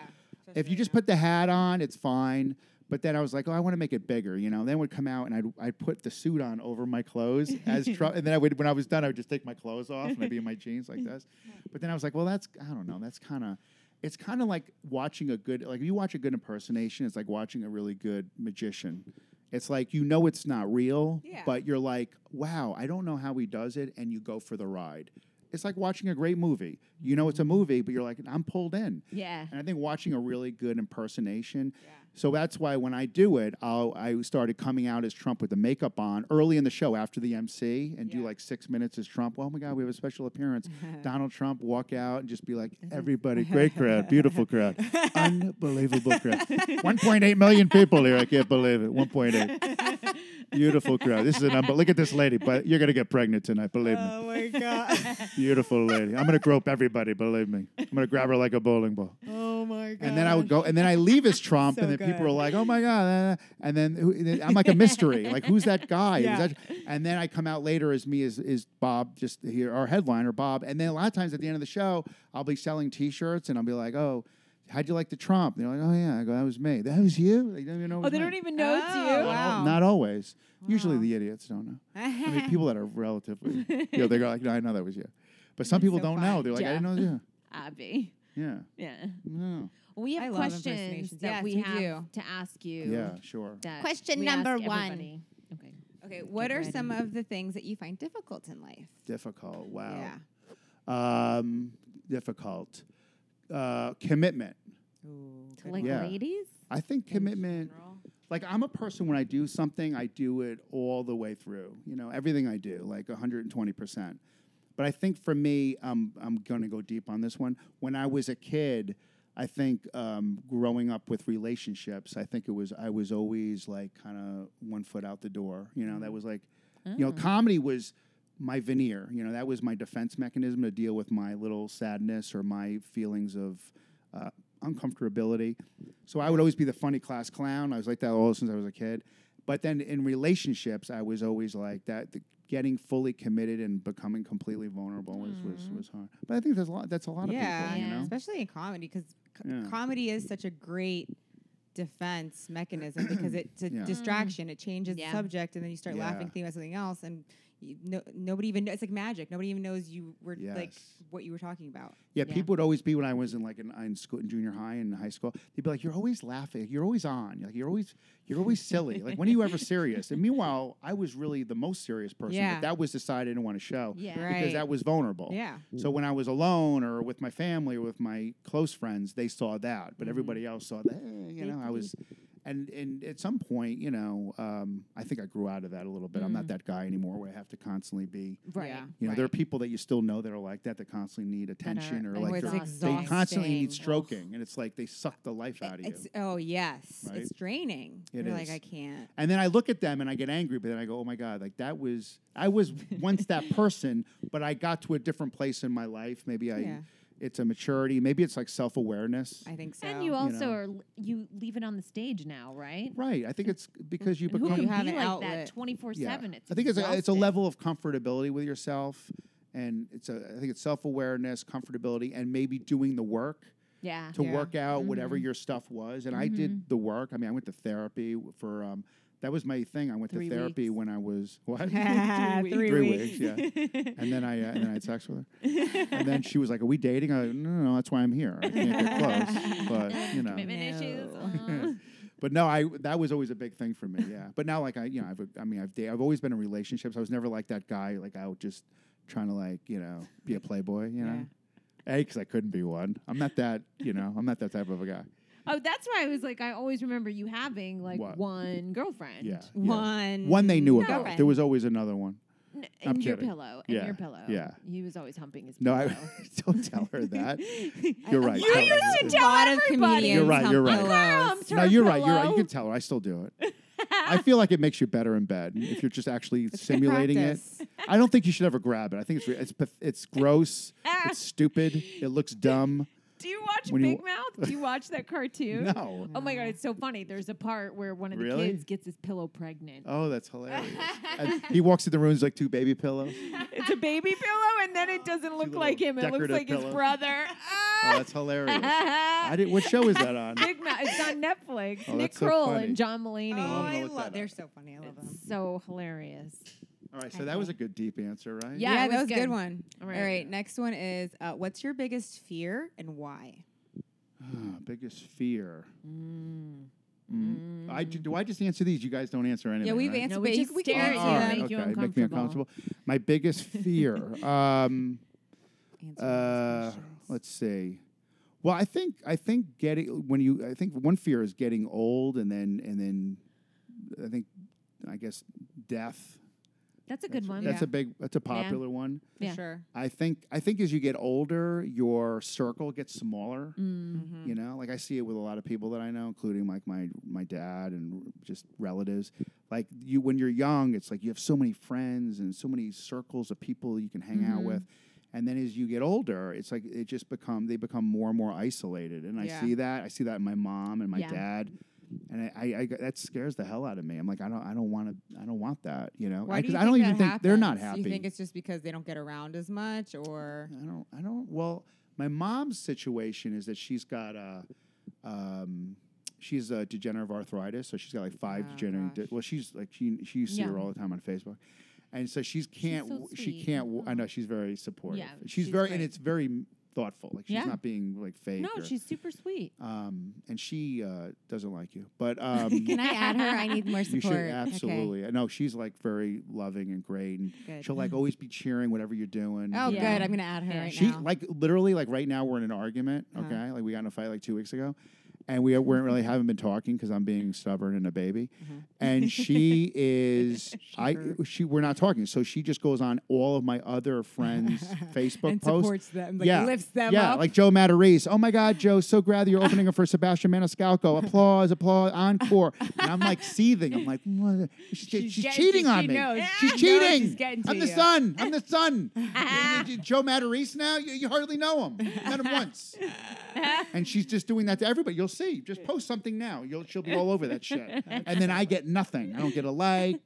if you just put the hat on, it's fine. But then I was like, oh, I want to make it bigger, you know. Then would come out and I'd, I'd put the suit on over my clothes as Trump, and then I would when I was done, I would just take my clothes off and I'd be in my jeans like this. But then I was like, well, that's I don't know, that's kind of it's kind of like watching a good like if you watch a good impersonation, it's like watching a really good magician. It's like you know it's not real,
Yeah.
but you're like, wow, I don't know how he does it, and you go for the ride. It's like watching a great movie. You know it's a movie, but you're like, I'm pulled in.
yeah.
And I think watching a really good impersonation. So that's why when I do it, I'll, I started coming out as Trump with the makeup on early in the show after the MC and do
Yeah.
like six minutes as Trump. Oh my God, we have a special appearance. Donald Trump walk out and just be like,
Mm-hmm.
everybody, great crowd, beautiful crowd, unbelievable crowd. 1.8 million people here. I can't believe it. 1.8. Beautiful crowd. This is an unbel- look at this lady, but you're gonna get pregnant tonight. Believe me.
Oh my god.
Beautiful lady. I'm gonna grope everybody, believe me. I'm gonna grab her like a bowling ball.
oh my god.
And then I would go, and then I leave as Trump,
So
and then people
good.
are like, "Oh my god!" uh, And then who- and then I'm like a mystery, like who's that guy? Who's
Yeah.
that- And then I come out later as me as is Bob, just here our headliner Bob. And then a lot of times at the end of the show, I'll be selling T-shirts, and I'll be like, "Oh, how'd you like the Trump?" And they're like, "Oh yeah,I go, that was me. That was you." They don't even know.
Oh,
it was "Ah."
they
me.
don't even know it's
Oh,
you.
Wow.
Not always. Usually the idiots don't know. I mean, people that are relatively, you know, they go like, "No, I know that was you," but some people
so
don't know.
fun.
They're like, "I didn't know it was you."
Abby.
Yeah.
Yeah.
No.
We
I
have
love
questions
impersonations.
that
Yes,
we,
we
have
do.
to ask you.
Yeah. Sure.
that
Question
we ask
number one.
everybody. Okay.
Okay, what
Get
are
ready.
some of the things that you find difficult in life?
Difficult. Wow.
Yeah.
um, difficult. Uh, commitment.
To like
Yeah.
ladies?
I think commitment. Like I'm a person when I do something, I do it all the way through. You know, everything I do, like 120 percent. But I think for me, um, I'm going to go deep on this one. When I was a kid, I think um, growing up with relationships, I think it was I was always like kind of one foot out the door. You know, that was like,
Mm.
you know, comedy was my veneer. You know, that was my defense mechanism to deal with my little sadness or my feelings of uh, uncomfortability. So I would always be the funny class clown. I was like that all since I was a kid. But then in relationships, I was always like that. The, getting fully committed and becoming completely vulnerable was, was, was hard. But I think that's a lot. That's a lot
Mm. yeah,
of people. You know.
especially in comedy because co-
Yeah.
comedy is such a great defense mechanism because it's a
Yeah.
distraction. It changes
Yeah.
the subject, and then you start laughing,
Yeah.
thinking about something else, and you, no, nobody even knows. It's like magic. Nobody even knows you were like
Yes.
what you were talking about.
Yeah,
Yeah.
people would always be when I was in like in, in school, in junior high and high school. They'd be like, "You're always laughing. You're always on. Like you're always you're always silly. Like when are you ever serious?" And meanwhile, I was really the most serious person.
Yeah.
But that was decided I didn't want to show
Yeah.
Right.
because that was vulnerable.
Yeah.
So when I was alone or with my family or with my close friends, they saw that, but everybody else saw that. eh, you know, I was, And and at some point, you know, um, I think I grew out of that a little bit. I'm not that guy anymore where I have to constantly be.
Right.
You know, there are people that you still know that are like that that constantly need attention or
Oh,
like
it's
they're- they constantly need
exhausting.
stroking, and it's like they suck the life out of you.
It's oh yes,
Right?
it's draining.
It
You're
is.
like I can't.
And then I look at them and I get angry, but then I go, oh my God, like that was, I was once that person, but I got to a different place in my life. Maybe I,
Yeah.
it's a maturity. Maybe it's like self awareness.
I think so.
And you also
know.
are l- you leave it on the stage now, right?
Right. I think it's because you
And who
become,
can
have
be
an
like
outlet.
that twenty four
yeah.
seven?
I think it's a, it's a level of comfortability with yourself. And it's a, I think it's self awareness, comfortability, and maybe doing the work
Yeah. Mm-hmm.
to
Yeah.
work out whatever your stuff was. And I did the work. I mean, I went to therapy for, um, that was my thing. I went
Three
to therapy
weeks.
when I was, what?
three,
Three
weeks.
weeks, And then I uh, and then I had sex with her. And then she was like, "Are we dating?" I go, no, no, no, that's why I'm here. I can't get close, but you know.
Commitment issues. uh,
But no, I that was always a big thing for me. Yeah. But now, like I, you know, I've I mean, I've da- I've always been in relationships. I was never like that guy, like out just trying to like you know be a playboy. You know, A, 'cause I couldn't be one. I'm not that. You know, I'm not that type of a guy.
oh, that's why I was like, I always remember you having like
What?
one girlfriend.
Yeah. yeah.
One.
One they
Mm,
knew about.
girlfriend.
There was always another one.
N-
I'm
in your
kidding.
pillow. In
Yeah,
your pillow.
yeah.
He was always humping his
No,
pillow.
I don't tell her that. You're right.
You
tell her
used to
that.
a
tell
lot of
everybody.
comedians.
You're
Oh,
right, you're
hump
right.
pillows.
It's
No,
her
you're right. You're right. You
pillow.
can tell her. I still do it. I feel like it makes you better in bed if you're just actually simulating it.
practice.
I don't think you should ever grab it. I think it's re- it's path- it's gross. it's stupid. It looks dumb.
Do you watch
When you
Big Mouth? Do you watch that cartoon?
No.
Oh my god, it's so funny. There's a part where one of
Really?
the kids gets his pillow pregnant.
Oh, that's hilarious. And he walks in the room. He's like two baby pillows. Oh,
It's a baby pillow, and then it doesn't look
little
like him. It looks
decorative
like his
pillows.
brother.
Oh, that's hilarious. I did. What show is that on?
Big Mouth. It's on Netflix.
Oh,
Nick
that's so
Kroll
funny.
and John Mulaney.
Oh,
I
look that
love.
up.
They're so funny. I love them.
So hilarious.
All right. So that was a good deep answer, right?
Yeah, it
that
was
was a
good.
good one.
All
All
right.
right. Next one is uh, what's your biggest fear and why?
Ah, biggest fear.
Mm-hmm.
Mm. I ju- do. I just answer these. You guys don't answer anything.
yeah, we've
right?
answered.
No, we
but Mm-hmm. you-
just
we can
stare at
answer
you
Uh, All
and
them.
right,
make you
okay, make me
uncomfortable.
uncomfortable. My biggest fear. um,
Answer those
uh,
questions.
let's see. Well, I think I think getting when you I think one fear is getting old, and then and then I think I guess death.
That's a good one.
That's a big. That's a popular one.
For
Yeah.
sure.
I think I think as you get older, your circle gets smaller.
Mm.
Mm-hmm.
You know, like I see it with a lot of people that I know, including like my my dad and just relatives. Like you, when you're young, it's like you have so many friends and so many circles of people you can hang out with.
Mm-hmm.
And then as you get older, it's like it just become they become more and more isolated. And I
Yeah.
see that I see that in my mom and my
Yeah.
dad. And I, I, I, that scares the hell out of me. I'm like, I don't, I don't want to, I don't want that, you know.
Why
I,
do you
I don't
think
even
that
think they're not
happens?
happy.
You think it's just because they don't get around as much, or
I don't. I don't. Well, my mom's situation is that she's got a, um, she's a degenerative arthritis, so she's got like five
Oh,
degenerative.
gosh.
well, she's like she. She used to see her
Yeah.
all the time on Facebook, and so she's can't.
so
w-
sweet. Uh-huh.
she can't. w I I know she's very supportive.
Yeah,
she's,
she's
very
great.
and it's very m- thoughtful. Like she's
Yeah.
not being like fake.
No,
or-
she's super sweet.
Um, and she uh, doesn't like you, but um,
Can I add her? I need more
you
support.
should absolutely. No, she's like very loving and great, and she'll like always be cheering whatever you're doing.
oh,
you
Yeah.
good,
know.
I'm gonna add her right
She
now.
like literally like right now we're in an argument.
Uh-huh. Mm-hmm.
Okay, like we got in a fight like two weeks ago, and we weren't really haven't been talking because I'm being stubborn and a baby, and she is I she we're not talking. So she just goes on all of my other friends' Facebook
and
posts.
supports them, like
yeah,
lifts them
yeah,
up.
like Joe Matarese. Oh my God, Joe! So glad that you're opening up for Sebastian Maniscalco. Applause, applause, encore! And I'm like seething. I'm like, what? She's, she's,
getting-
cheating
she
on me.
knows.
She's
She knows
cheating.
she's getting to
I'm the
you.
son. I'm the son. You- you- you- Joe Matarese. Now you, you hardly know him. Met him once. And she's just doing that to everybody. You'll see. Just post something now. You'll she'll be all over that shit. And then I get nothing. I don't get a like.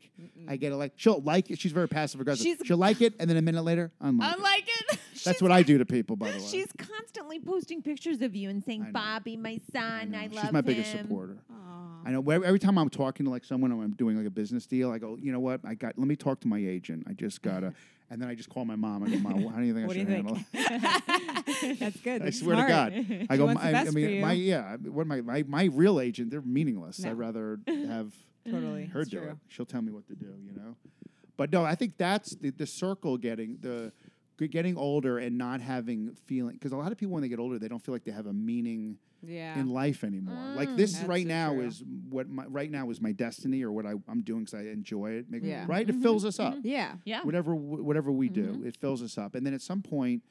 I get a like. She'll like it. She's very passive aggressive.
She's-
she'll like it, and then a minute later, unlike. it.
Unlike it.
That's what I do to people, by the way.
She's constantly posting pictures of you and
I
saying,
know.
"Bobby, my
I
son,
know.
I, love
She's my biggest
him."
supporter. I know. Every, every time I'm talking to like someone, or I'm doing like a business deal. I go, you know what? I got. Let me talk to my agent. I just gotta. and then I just call my mom. I go, Mom, how do you think I
What do
should
you
handle? it?"
That's good.
I
that's
swear
smart.
to God. I go.
wants the
my, I
best for
mean,
you.
my yeah. What my my my real agent? They're meaningless. I'd rather have
Totally.
her
it's
do
true.
it. She'll tell me what to do. You know. But no, I think that's the, the circle getting the g- getting older and not having feeling because a lot of people when they get older they don't feel like they have a meaning
Yeah.
in life anymore. like
Mm.
this
That's
right
so
now
true.
is what my right now is my destiny or what I, I'm doing because I enjoy it. Make-
Yeah. Mm-hmm.
Right, it fills us up.
yeah. Mm-hmm.
Yeah.
Whatever w- whatever we do, it fills us up. And then at some point,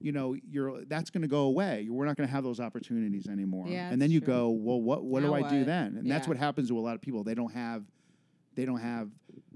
you know, you're that's going to go away. We're not going to have those opportunities anymore.
Yeah,
and then
that's
you
true.
go, well, what what do
Now
I do
what?
then? And that's
Yeah.
what happens to a lot of people. They don't have they don't have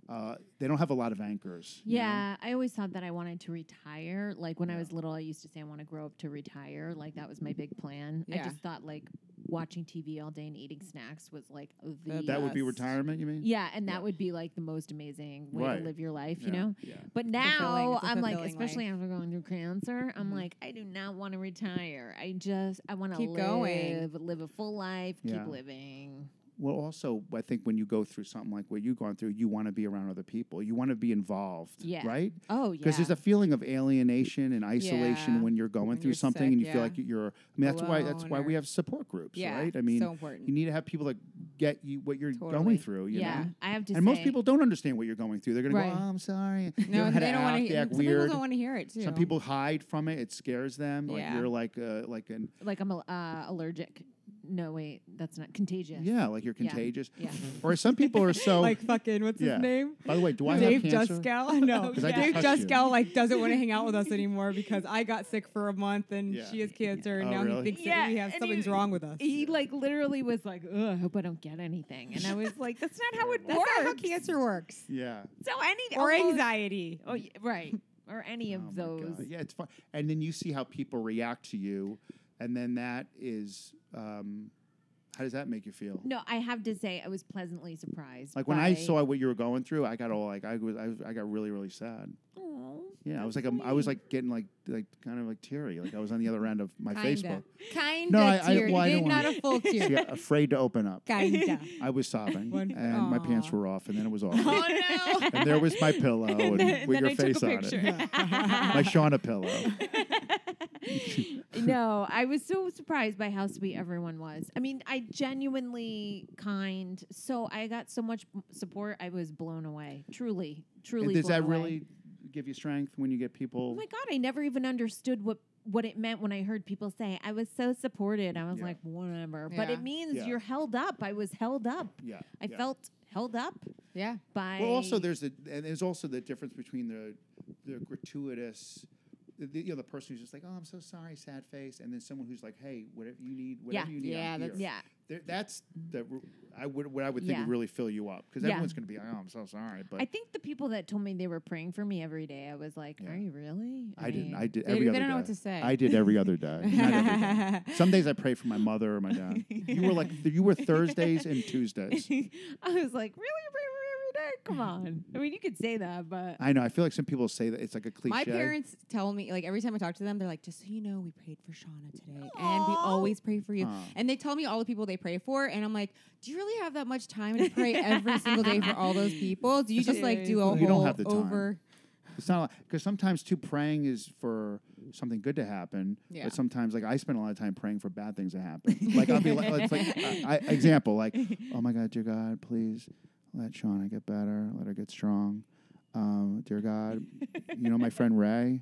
uh, they don't have a lot of anchors. you know?
Yeah, I always thought that I wanted to retire. Like when I was little, I used to say I want to grow up to retire. Like that was my big plan. I
Yeah.
just thought like watching TV all day and eating snacks was like the
that would be
Yes.
retirement. You mean?
yeah, and
Yeah.
that would be like the most amazing way
Right.
to live your life, you
Yeah,
know.
Yeah.
But now
it's a
I'm like,
fulfilling
especially after going through cancer,
Mm-hmm.
I'm like, I do not want to retire. I just I want to
Keep
live,
going.
live a full life,
Yeah.
keep living.
Well, also, I think when you go through something like what you've gone through, you want to be around other people. You want to be involved,
Yeah.
right?
Oh yeah,
Because there's a feeling of alienation and isolation
Yeah.
when you're going
When
through
you're
something
sick,
and you feel
yeah.
like you're. I mean, that's why that's why
Alone
we
or-
have support groups,
Yeah.
right? I mean,
so important.
you need to have people that get you what you're
Totally.
going through. You
yeah.
know?
I have to.
And most
say-
people don't understand what you're going through. They're gonna
Right.
go, "Oh, I'm sorry." You
No,
know how
they
to
don't want
act,
to
they
hear.
act
Some people
weird.
don't want to hear it too.
Some people hide from it; it scares them. Like
Yeah.
you're like uh, like an
like I'm al- uh, allergic. No, wait, that's not contagious.
yeah, like you're
Yeah.
contagious.
Yeah.
Or some people are so.
like fucking what's
Yeah.
his name?
by the way, do I
Dave
have cancer?
Juskow. No,
'Cause I just
Dave
touched you.
Juskow like doesn't want to hang out with us anymore because I got sick for a month and
Yeah.
she has cancer and
Oh,
now
really?
he thinks
Yeah,
that we have
and
something's
he-
wrong with us.
He like literally was like, Ugh,
I hope I don't get anything. And I was like,
that's not how it
That's
works.
not how cancer works.
Yeah.
So any
Or
almost-
anxiety.
oh, y- right. Or any
Oh
of
my
those.
God. Yeah, it's fun. And then you see how people react to you, and then that is um, how does that make you feel?
No, I have to say, I was pleasantly surprised.
Like when I
by-
saw what you were going through, I got all like I was I, was- I got really really sad.
Aw,
Yeah, I was like
that's
um, I was
sweet.
like getting like like kind of like teary, like I was on the other end of my Facebook.
Kinda. Kinda
No, I- I-
tear.
well, I
You
don't
did not
wanna-
a full tear.
She got afraid to open up.
Kinda.
I was sobbing,
One-
and my pants
Aw.
were off, and then it was off,
oh no.
and there was my pillow and
then-
with
then
your
I took a
face on
picture.
it, my Shauna pillow.
no, I was so surprised by how sweet everyone was. I mean, I genuinely kind. So I got so much m- support. I was blown away. Truly,
And
truly.
does
blown
that
away.
really give you strength when you get people?
Oh my god, I never even understood what what it meant when I heard people say I was so supported. I was
Yeah.
like, whatever. But
Yeah.
it means
Yeah.
you're held up. I was held up.
yeah,
I
yeah.
felt held up
Yeah.
by
Well, also there's the and there's also the difference between the the gratuitous, the, the, you know, the person who's just like, oh, I'm so sorry, sad face, and then someone who's like, hey, whatever you need, whatever
Yeah.
you need,
Yeah,
I'm
that's-
here."
yeah.
There, that's the r- I would what I would think
Yeah.
would really fill you up because
Yeah.
everyone's going to be, oh, I'm so sorry, but
I think the people that told me they were praying for me every day, I was like,
Yeah.
Are you really?
I didn't.
mean,
I did
They-
every
they
other
don't
day.
know what to say.
I did every other day. Not every day. Some days I pray for my mother or my dad. You were like you were Thursdays and Tuesdays.
I was like, Really you pray for me every day? Come on. I mean you could say that, but
I know. I feel like some people say that it's like a cliche.
My parents tell me like every time I talk to them, they're like, "Just so you know, we prayed for Shauna today, and we always pray for you."
Aw.
And they tell me all the people they pray for, and I'm like, "Do you really have that much time to pray every single day for all those people? Do you just like do a
You don't
whole
have the time.
over?"
It's not because sometimes too praying is for something good to happen,
Yeah.
but sometimes like I spend a lot of time praying for bad things to happen. like I'll be like, it's like I, I, example, like oh my God, dear God, please let Shauna get better, let her get strong. Um, dear God, you know my friend Ray,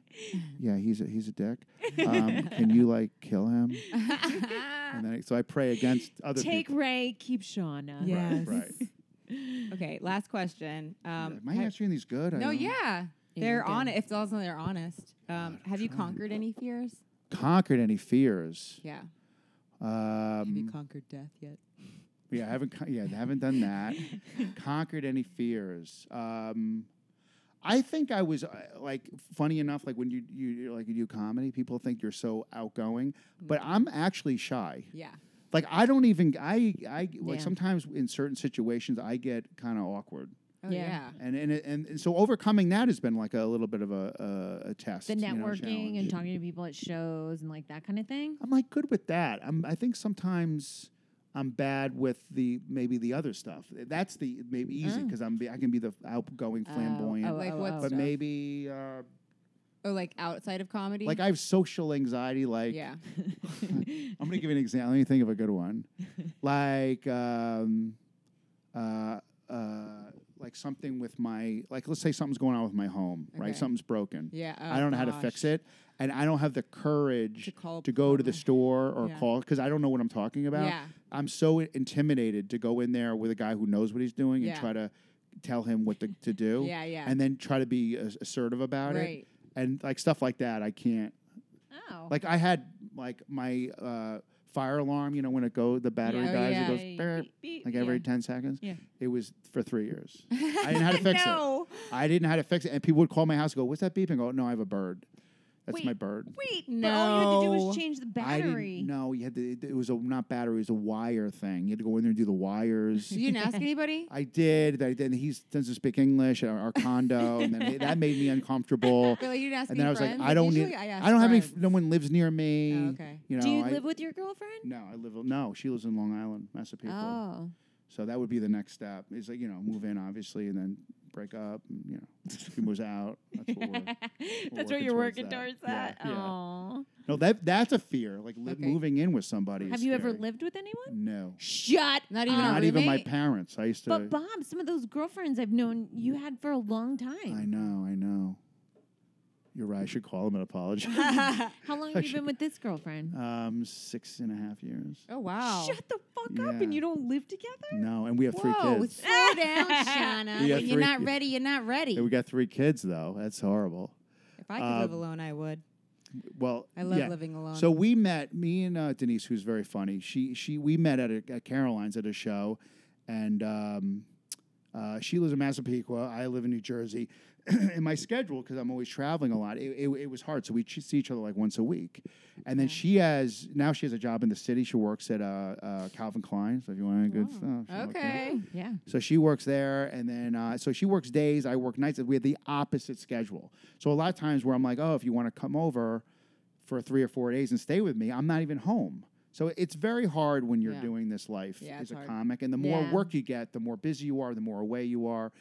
yeah, he's a, he's a dick. Um, can you like kill him? And then so I pray against other
take
people.
Ray, keep Shauna.
Yeah.
Right,
Yes.
right.
Okay, last question. Um,
Am I
ha-
answering these good? I
no,
don't know.
yeah,
Yeah,
they're
you're good.
on it. If also they're honest, um,
God, I'm
have you
trying.
conquered any fears?
Conquered any fears?
Yeah. Have you
Um,
conquered death yet?
Yeah, I haven't. Con- yeah, I haven't done that. Conquered any fears. Um, I think I was uh, like funny enough. Like when you you you're, like you do comedy, people think you're so outgoing, but I'm actually shy.
Yeah.
Like I don't even I I
Yeah.
like sometimes in certain situations I get kind of awkward,
Oh,
Yeah.
yeah.
and and, it- and and so overcoming that has been like a little bit of a a, a test.
The
you know,
networking
challenge.
and talking to people at shows and like that kind of thing.
I'm like good with that. I'm, I think sometimes I'm bad with the maybe the other stuff. That's the maybe easy
Oh.
because I'm be, I can be the outgoing flamboyant.
Oh,
Like
oh,
what's
oh.
but
Mm. stuff.
maybe uh,
Oh, like outside of comedy.
like I have social anxiety. Like
yeah.
I'm gonna give you an example. Let me think of a good one. like um, uh, uh, like something with my like let's say something's going on with my home, right?
Okay.
Something's broken.
Yeah,
I
oh
don't know how to
gosh.
fix it. And I don't have the courage
To call
to go to the
plumber.
store or
Yeah.
call because I don't know what I'm talking about.
Yeah.
I'm so intimidated to go in there with a guy who knows what he's doing and
Yeah.
try to tell him what to, to do.
Yeah, yeah.
And then try to be as- assertive about
Right.
it. And like stuff like that, I can't.
Oh.
Like I had like my uh, fire alarm, you know, when it go the battery
Oh,
dies,
yeah.
it goes
Beep,
"Burr,"
beep, beep,
like every
yeah.
ten seconds.
Yeah.
It was for three years. I didn't know how to fix
No.
it. I didn't know how to fix it. And people would call my house and go, What's that beeping? I go, no, I have a bird. That's my
Wait,
bird.
Wait, but all you had to do
No.
was change the
I
battery.
didn't know. You had to, it, it was a not battery, it was a wire thing. You had to go in there and do the wires.
You didn't ask anybody?
I did. Then- Then he doesn't speak English at our, our condo, and then it- that made me uncomfortable.
Really, you didn't ask
and
any
then I was
friends?
like, I don't
Usually
need.
I
I,
ask
don't have any.
friends.
f- No one lives near me.
Oh, okay.
You know.
Do you
I,
live with your girlfriend?
No, I live. al- No, she lives in Long Island, Massapequa.
Oh.
So that would be the next step. Is like you know, move in obviously, and then break up. And, you know, she moves out. That's what we're.
That's what
working
you're
towards
working
that.
towards
Yeah,
that.
yeah.
Aw.
No, that that's a fear. Like li-
Okay.
moving in with somebody. is
Have you ever
scary.
lived with anyone?
No.
Shut
Not even a
Not even my
roommate?
parents. I used to.
But Bob, some of those girlfriends I've known you had for a long
I
time.
know. I know. You're right. I should call them and apologize.
How long have
I
you been
should-
with this girlfriend?
Um, six and a half years.
Oh wow.
Shut the fuck up
Yeah.
and you don't live together?
No, and we have three
Whoa,
kids.
slow down, Shauna.
We have
When you're
three
not
kids.
ready, you're not ready.
And we got three kids though. That's horrible.
if I could live
um,
alone, I would.
Well,
I love
yeah.
living alone.
So we met me and uh, Denise, who's very funny. She she we met at, a, at Caroline's at a show, and um, uh, she lives in Massapequa. I live in New Jersey. and my schedule, because I'm always traveling a lot, it, it, it was hard. So we ch- see each other like once a week. And then she has now she has a job in the city. She works at uh, uh, Calvin Klein. So if you want any good stuff, she works there.
Oh, okay.
Yeah.
So she works there, and then uh, so she works days. I work nights. and We had the opposite schedule. So a lot of times where I'm like, oh, if you want to come over for three or four days and stay with me, I'm not even home. So it's very hard when you're
Yeah.
doing this life
Yeah,
as
it's
a
hard.
comic, and the more
Yeah.
work you get, the more busy you are, the more away you are.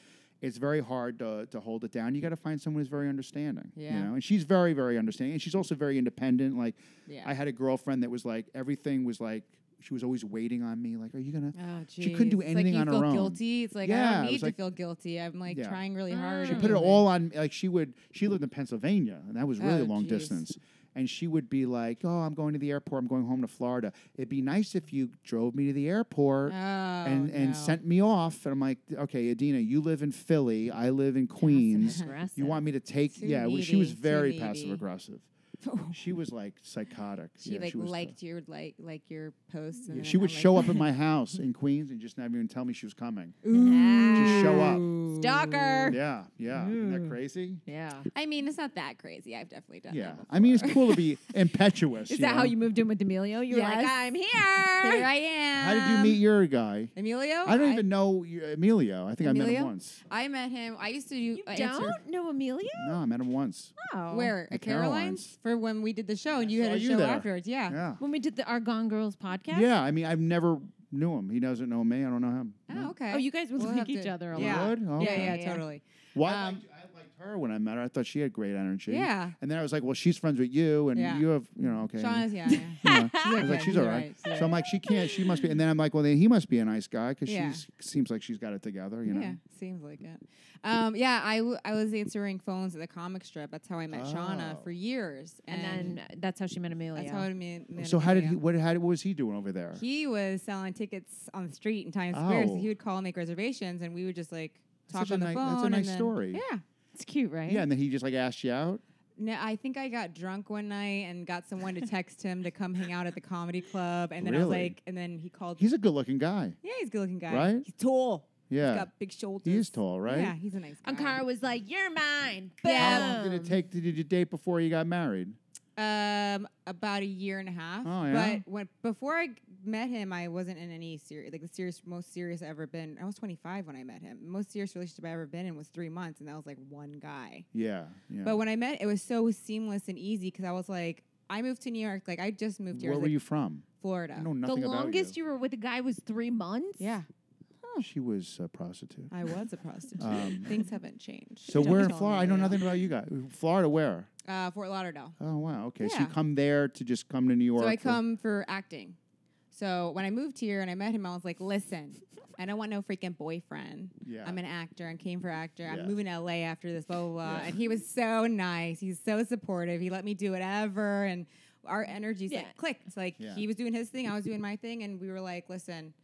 It's very hard to, to hold it down. You got to find someone who's very understanding.
Yeah.
You know, and she's very, very understanding, and she's also very independent. Like,
Yeah.
I had a girlfriend that was like everything was like she was always waiting on me. Like, are you gonna?
Oh,
She couldn't do
jeez. It's
anything
like
on
you
her
feel
own.
Guilty. It's like I
Yeah, it
don't need
was
to
like-
feel guilty. I'm like
Yeah. Mm.
trying really hard.
She
and
put it
I'm
all on like she would she lived in Pennsylvania and that was really
Oh,
long
geez.
distance. And she would be like, "Oh, I'm going to the airport. I'm going home to Florida. It'd be nice if you drove me to the airport
like,
and
oh,
and
no.
sent me off." And I'm like, "Okay, Adina, you live in Philly. I live in Queens. You want me to take?"
Too
yeah, well, she was
needy, too
very
needy.
passive aggressive. she was like psychotic.
She
Yeah,
like
was the-
liked your like like your posts. And
yeah,
then
she
I'm
would
like,
show up at my house in Queens and just not even tell me she was coming.
Just
Just show up.
Stalker.
Yeah, yeah. Isn't that crazy?
Yeah.
I mean, it's not that crazy. I've definitely done
Yeah,
that.
I mean it's cool to be impetuous.
Is that
know?
how you moved in with Emilio? You were like, "Ah,
Yes.
I'm here.
before. Here I am.
How did you meet your guy?
Emilio?
I don't even know you- Emilio. I think I met
Emilio?
him once.
I met him. I used to do
You
uh, answer
don't know Emilio?
No, I met him once.
Oh.
where
The
at Caroline's
Caroline's.
for when we did the show and you had
saw
a
you
show
there.
afterwards. Yeah.
Yeah.
When we did the Our Gone Girls podcast?
yeah, I mean I've never knew him. He doesn't know me. I don't know him.
Oh, okay.
Oh, you guys would
We'll
like
have
each
to-
other a
yeah.
lot.
Would?
Yeah,
Okay.
yeah,
Yeah.
totally.
Well, I,
Um,
liked, I liked her when I met her. I thought she had great energy.
Yeah.
And then I was like, well, she's friends with you, and
Yeah.
you have, you know, okay.
Shauna's yeah. yeah.
Yeah. I
She's
was like,
okay,
she's all right.
she's
So I'm like, she can't. She must be. And then I'm like, well, then he must be a nice guy because
Yeah.
she seems like she's got it together. You know.
Yeah, seems like it. Um, yeah, I, w- I was answering phones at the comic strip. That's how I met Shauna
Oh.
for years.
And then that's how she met Emilio.
that's how I met. met
So how did he?
Emilio.
What, how, what was he doing over there?
He was selling tickets on the street in Times Square. So
Oh.
he would call and make reservations, and we would just like
That's
talk
such a
on the
ni-
phone.
that's a
and
nice
then-
story.
Yeah.
it's cute, right?
yeah, and then he just like asked you out.
No, I think I got drunk one night and got someone to text him to come hang out at the comedy club, and then I was
Really?
like, and then he called.
He's a good-looking guy.
yeah, he's a good looking guy.
Right?
He's tall.
Yeah.
He's got big shoulders.
He is tall, right?
Yeah, he's a nice guy.
And Cara was like, You're mine.
How long did
Boom.
it take? Did you date before you got married?
Um, about a year and a half.
Oh, yeah?
But when before I g- met him, I wasn't in any serious, like the serious, most serious I ever been. I was 25 when I met him. Most serious relationship I ever been in was three months, and that was like one guy.
Yeah, yeah.
But when I met, it was so seamless and easy because I was like, I moved to New York. Like I just moved here. I
where
was,
were
like,
you from?
Florida.
I know
The
nothing about
longest you. were with a guy was three months?
yeah,
She was a prostitute.
I was a prostitute.
Um,
Things haven't changed.
So
Don't
we're in
tell
Florida. I know
anybody.
nothing about you guys. Florida, where?
Uh, Fort Lauderdale.
Oh wow. Okay, so you
Yeah.
come there to just come to New York.
So I
for-
come for acting. So when I moved here and I met him, I was like, listen, I don't want no freaking boyfriend.
Yeah.
I'm an actor. I came for actor.
Yeah.
I'm moving to LA after this, blah, blah, blah.
Yeah.
And he was so nice. He's so supportive. He let me do whatever. And our energies
Yeah.
like clicked. Like
Yeah.
he was doing his thing, I was doing my thing. And we were like, listen,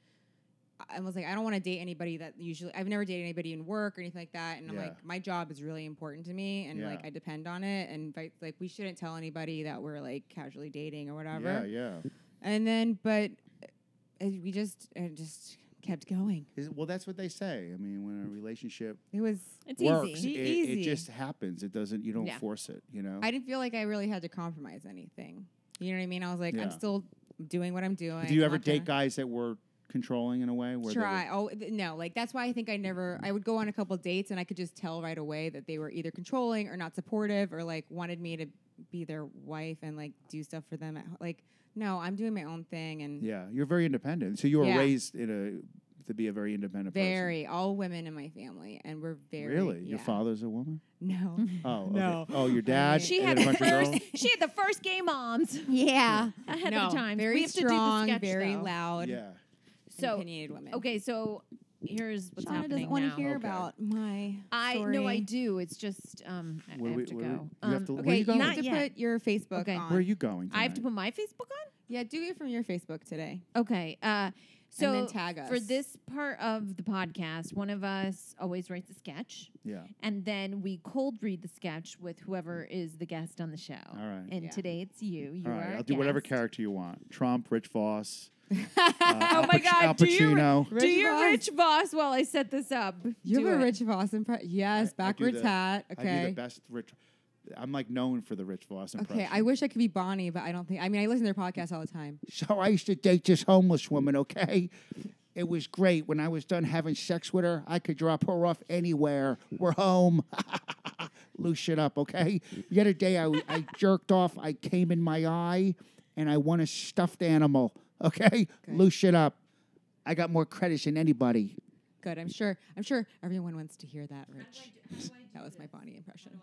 I was like, I don't want to date anybody that usually, I've never dated anybody in work or anything like that. And I'm
Yeah.
like, my job is really important to me. And
Yeah.
like, I depend on it. And vi- like, we shouldn't tell anybody that we're like casually dating or whatever.
Yeah, yeah.
And then, but uh, we just it just kept going.
Is it, well, that's what they say. I mean, when a relationship
It was.
It's
works, it,
easy.
it
Easy.
just happens. It doesn't. You don't
Yeah.
force it. You know.
I didn't feel like I really had to compromise anything. You know what I mean? I was like,
Yeah.
I'm still doing what I'm doing.
Do you
I'm
ever
not trying
date
to
guys that were controlling in a way? Where they were-
Try. Oh th- no! Like that's why I think I never. I would go on a couple dates and I could just tell right away that they were either controlling or not supportive or like wanted me to be their wife and like do stuff for them. At, ho- like no, I'm doing my own thing and
yeah, you're very independent. So you were
Yeah.
raised in a to be a very independent person.
very all women in my family and we're very
Really, your
yeah.
father's a woman.
No,
Oh, okay.
No.
Oh, your dad.
She
and
had
then a
the
bunch of girls?
first. She had the first gay moms
Yeah.
ahead
no,
of the time.
very
we have
strong,
to do the sketch,
very
though.
loud.
Yeah.
So
opinionated women.
okay, so here's what's
Shauna
happening
doesn't want
now.
to hear
Okay.
about my.
I no, I
story.
do. It's just um, I-
Where
I have
we-
to
where we-
go.
you have
Um,
to- where
okay,
you going?
not
you have to
yet.
put your Facebook
Okay.
on.
Where are you going?
I have to
tonight?
put my Facebook on.
Yeah, do it from your Facebook today.
Okay. Uh, so
then tag
for
us.
this part of the podcast, one of us always writes a sketch,
Yeah.
and then we cold read the sketch with whoever is the guest on the show. All
right.
And
Yeah.
today it's you. You
All
are.
right,
our
I'll do whatever
guest.
character you want. Trump, Rich Voss. uh,
Oh my
Alpac-
God!
Al
do your-
Pacino.
do
Rich
your
Voss.
rich boss while I set this up.
You
Do
have a
it.
Rich Voss impression. Yes,
I do
backwards
the-
hat.
I do the
Okay.
best Rich. I'm like known for the Rich Voss impression.
Okay, I wish I could be Bonnie, but I don't think. I mean, I listen to their podcast all the time.
So I used to date this homeless woman, okay? It was great. When I was done having sex with her, I could drop her off anywhere. We're home. Loosen up, okay? The other day, I, w- I jerked off. I came in my eye, and I won a stuffed animal, okay? Loosen up. I got more credits than anybody.
Good. I'm sure. I'm sure everyone wants to hear that, Rich. That was my Bonnie impression.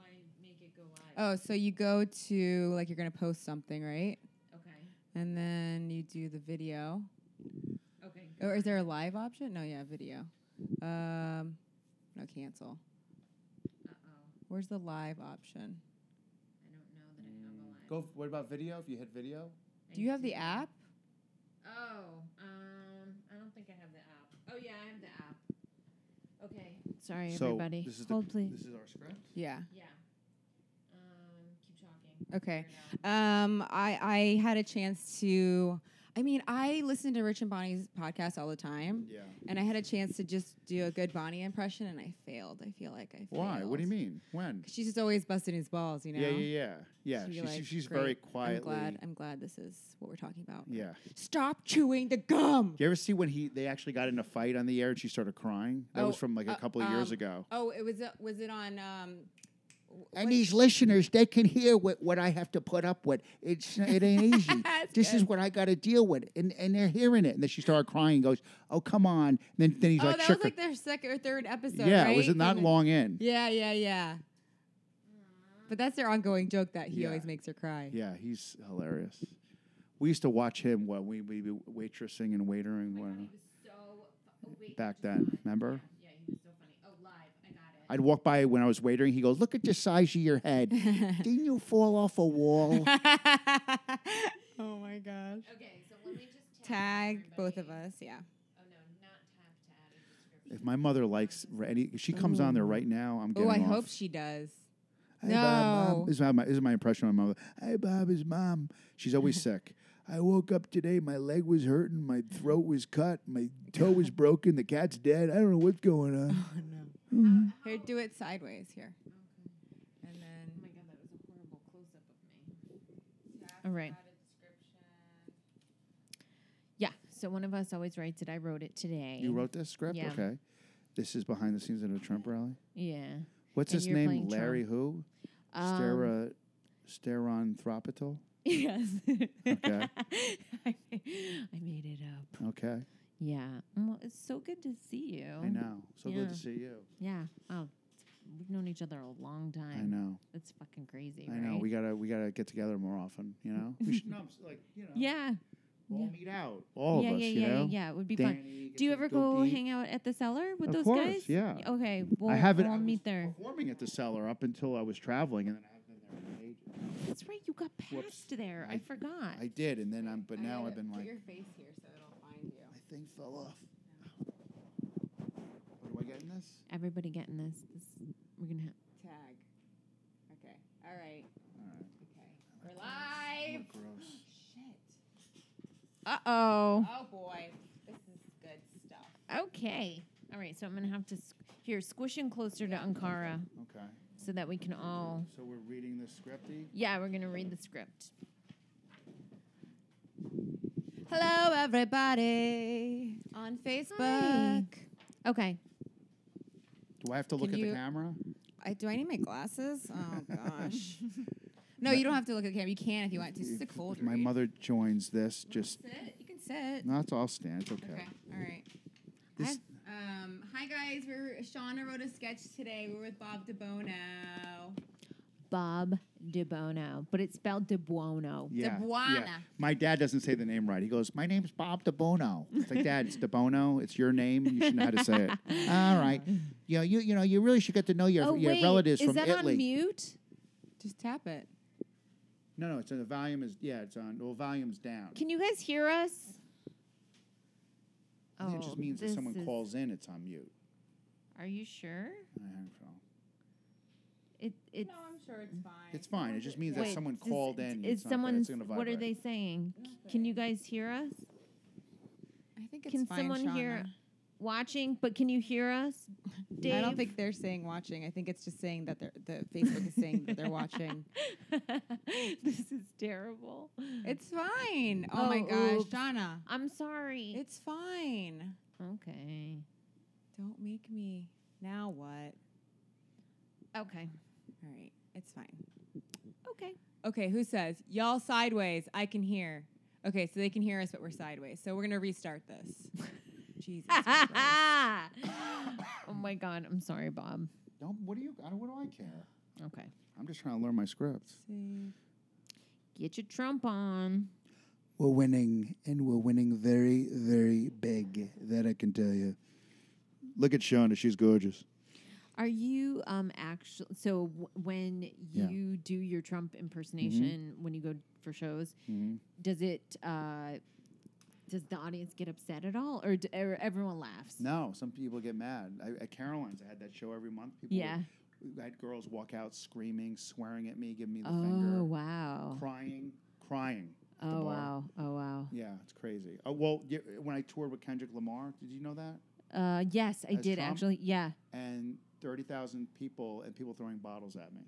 Oh, so you go to like you're gonna post something, right?
Okay.
And then you do the video.
Okay.
Or Oh, is there a live option? No, yeah, video. Um, no, cancel. Where's the live option?
Go. What about video? If you hit video,
Do you have the app?
Oh, um, I don't think I have the app. Oh yeah, I have the app. Okay. Sorry, everybody. Hold please.
is our script.
Yeah.
Yeah. Um, keep talking.
Okay. Um, I I had a chance to. I mean, I listen to Rich and Bonnie's podcast all the time,
Yeah.
and I had a chance to just do a good Bonnie impression, and I failed. I feel like I failed.
Why? What do you mean? When?
'Cause She's just always busting his balls, you know.
Yeah, yeah, yeah, yeah.
So you're
She's,
like,
she's
"Great,
very quietly.
I'm glad. I'm glad this is what we're talking about.
Yeah.
Stop chewing the gum.
Do you ever see when he they actually got in a fight on the air and she started crying? That was
Oh,
from like a
uh,
couple of years
um,
ago.
Oh, it was uh, was it on? Um,
And these listeners, they can hear what, what I have to put up with. It's it ain't easy. this is what I got to deal with, and and they're hearing it. And then she started crying. and Goes, oh come on. And then then he's
oh,
like,
that
shook
was
her.
like their second or third episode.
yeah,
right?
was it not
From the-
long in?
Yeah, yeah, yeah. But that's their ongoing joke that he
Yeah.
always makes her cry.
Yeah, he's hilarious. We used to watch him when we we were waitressing and waitering when, back then. Remember?
Oh, Yeah, he was so funny. Oh, live. I got it.
I'd walk by when I was waitering. He goes, "Look at the size of your head. Didn't you fall off a wall?"
oh my gosh.
Okay, so let me just
Tag both of us, yeah.
Oh no, not tap to add a description.
If my mother likes r- any, if she comes
Mm.
on there right now, I'm
Oh,
getting
I
off.
hope she does.
Hey, Bob,
No.
Mom. This is, my, this is my impression of my mother. Hey, Bob, is mom. She's always sick. I woke up today. My leg was hurting. My throat was cut. My toe was broken. The cat's dead. I don't know what's going on.
Here, do it sideways here. Oh And then
All right. Yeah, so one of us always writes it. I wrote it today.
You wrote this script,
Yeah.
okay? This is behind the scenes at a Trump rally.
Yeah.
What's
And
his
you're
name?
playing
Larry who?
Um,
Stera, Steron Thropital.
Yes.
Okay.
I made it up.
Okay,
Yeah. Well, it's so good to see you.
I know. So good
Oh. Yeah.
to see you.
Yeah. Oh, we've known each other a long time.
I know.
That's fucking crazy,
I
right?
know. We gotta we gotta get together more often. You know. we should. No, I'm s- like you know.
yeah.
We'll all meet out. All
yeah,
of us,
yeah,
you
yeah,
know.
yeah, yeah. It would be fun.
Danny gets
Do you
to
ever
go
go,
deep.
hang out at the cellar with
Of
those
course,
guys?
yeah.
Okay. We'll,
I haven't.
we'll
I was
meet there.
Performing at the cellar up until I was traveling, and then I haven't been there in ages.
That's right. You got passed
Whoops.
there. I,
I-
forgot.
I did, and then I'm. But
I
now
gotta
I've been
put
like,
your face here so it'll find you.
my thing fell off. What do I get in this?
Everybody getting this. this we're gonna have.
Tag. Okay. All right. Okay. We're
Oh,
live.
gross.
Shit.
Uh oh.
Oh boy. This is good stuff.
Okay. All right. So I'm gonna have to s here squish in closer to Ankara
Okay.
so that we can all.
So we're reading the scripty.
Yeah, we're gonna read the script.
Hello, everybody on Facebook.
Okay.
Do I have to look
Can
at
you-
the camera?
I, do I need my glasses? Oh gosh. no, you don't have to look at the camera. You can if you want to. It's just a
If-
cold
if my
read.
mother joins this, just
Sit. You can sit.
no, it's all stand. It's
Okay.
okay.
All right.
This-
Um, hi guys. We're Shauna wrote a sketch today. We're with Bob DeBono.
Bob DeBono, but it's spelled DeBuono.
yeah, yeah.
Debuana.
My dad doesn't say the name right. He goes, "My name's Bob DeBono." It's like, Dad, it's DeBono. It's your name. You should know how to say it. all right. You know, you you know, you really should get to know your
oh
your
wait,
relatives
is
from
that
Italy.
on mute?
Just tap it.
No, no, it's on the volume is yeah, it's on. Well, volume's down.
Can you guys hear us?
I think it just means if
Oh, this
someone
is-
calls in, it's on mute.
Are you sure?
I think so.
It it
No, I'm sure it's fine.
It's fine. It just means that
wait,
someone
does-
called in.
Is
it's not that
someone?
it's gonna
What are they
vibrate.
saying? C- Can you guys hear us?
I think it's
can
fine.
someone hear?
Shauna.
Watching, but can you hear us, Dave?
I don't think they're saying watching. I think it's just saying that they're the Facebook is saying that they're watching.
this is terrible.
It's fine. Oh, my
Oh,
gosh,
oops.
Shauna.
I'm sorry.
It's fine.
okay.
Don't make me. Now what? All
Okay.
right. It's fine.
Okay.
Okay, who says? Y'all sideways. I can hear. Okay, so they can hear us, but we're sideways. So we're going to restart this. Jesus. Christ.
oh my god, I'm sorry, Bob.
Don't. What do you? I don't, what do I care?
Okay.
I'm just trying to learn my scripts.
Get your trump on.
We're winning, and we're winning very, very big. That I can tell you. Look at Shonda. She's gorgeous.
Are you um actually so w- when
Yeah. Mm-hmm.
you do your Trump impersonation when you go for shows, does it uh does the audience get upset at all or, d- or everyone laughs?
No, some people get mad. I, at Caroline's, I had that show every month. People would-
Yeah.
I had girls walk out screaming, swearing at me, giving me the
Oh
finger,
wow.
crying, crying. at the
Oh
bar.
wow. Oh wow.
Yeah, it's crazy. Oh well, y- when I toured with Kendrick Lamar, did you know that?
Uh yes, I
As
did
Trump?
actually. Yeah.
And thirty thousand people, and people throwing bottles at me.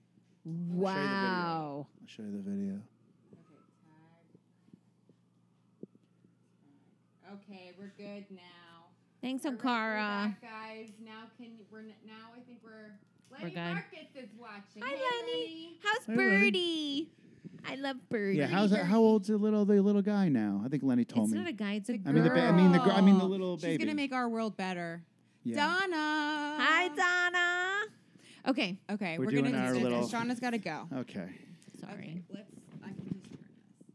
Wow.
I'll show you the video.
okay, we're good now.
Thanks,
All right, we're
Ankara.
back, guys, now can you, we're n- now I think we're
We're
Lenny
good.
Marcus is watching.
Hi,
Hey,
Lenny. How's
Hey, Lenny.
Birdie? I love Birdie.
Yeah, how's that, how old's the little the little guy now? I think Lenny told
It's
me.
not a guy. It's a
I
girl.
mean the ba- I mean the gr- I mean the
Girl.
little
She's
baby.
gonna make our world better.
Yeah.
Donna.
Hi, Donna. Okay.
Okay,
We're
we're, gonna
doing our
do
little-
this. Shauna's gotta go.
Okay.
Sorry.
Okay, let's. I can just turn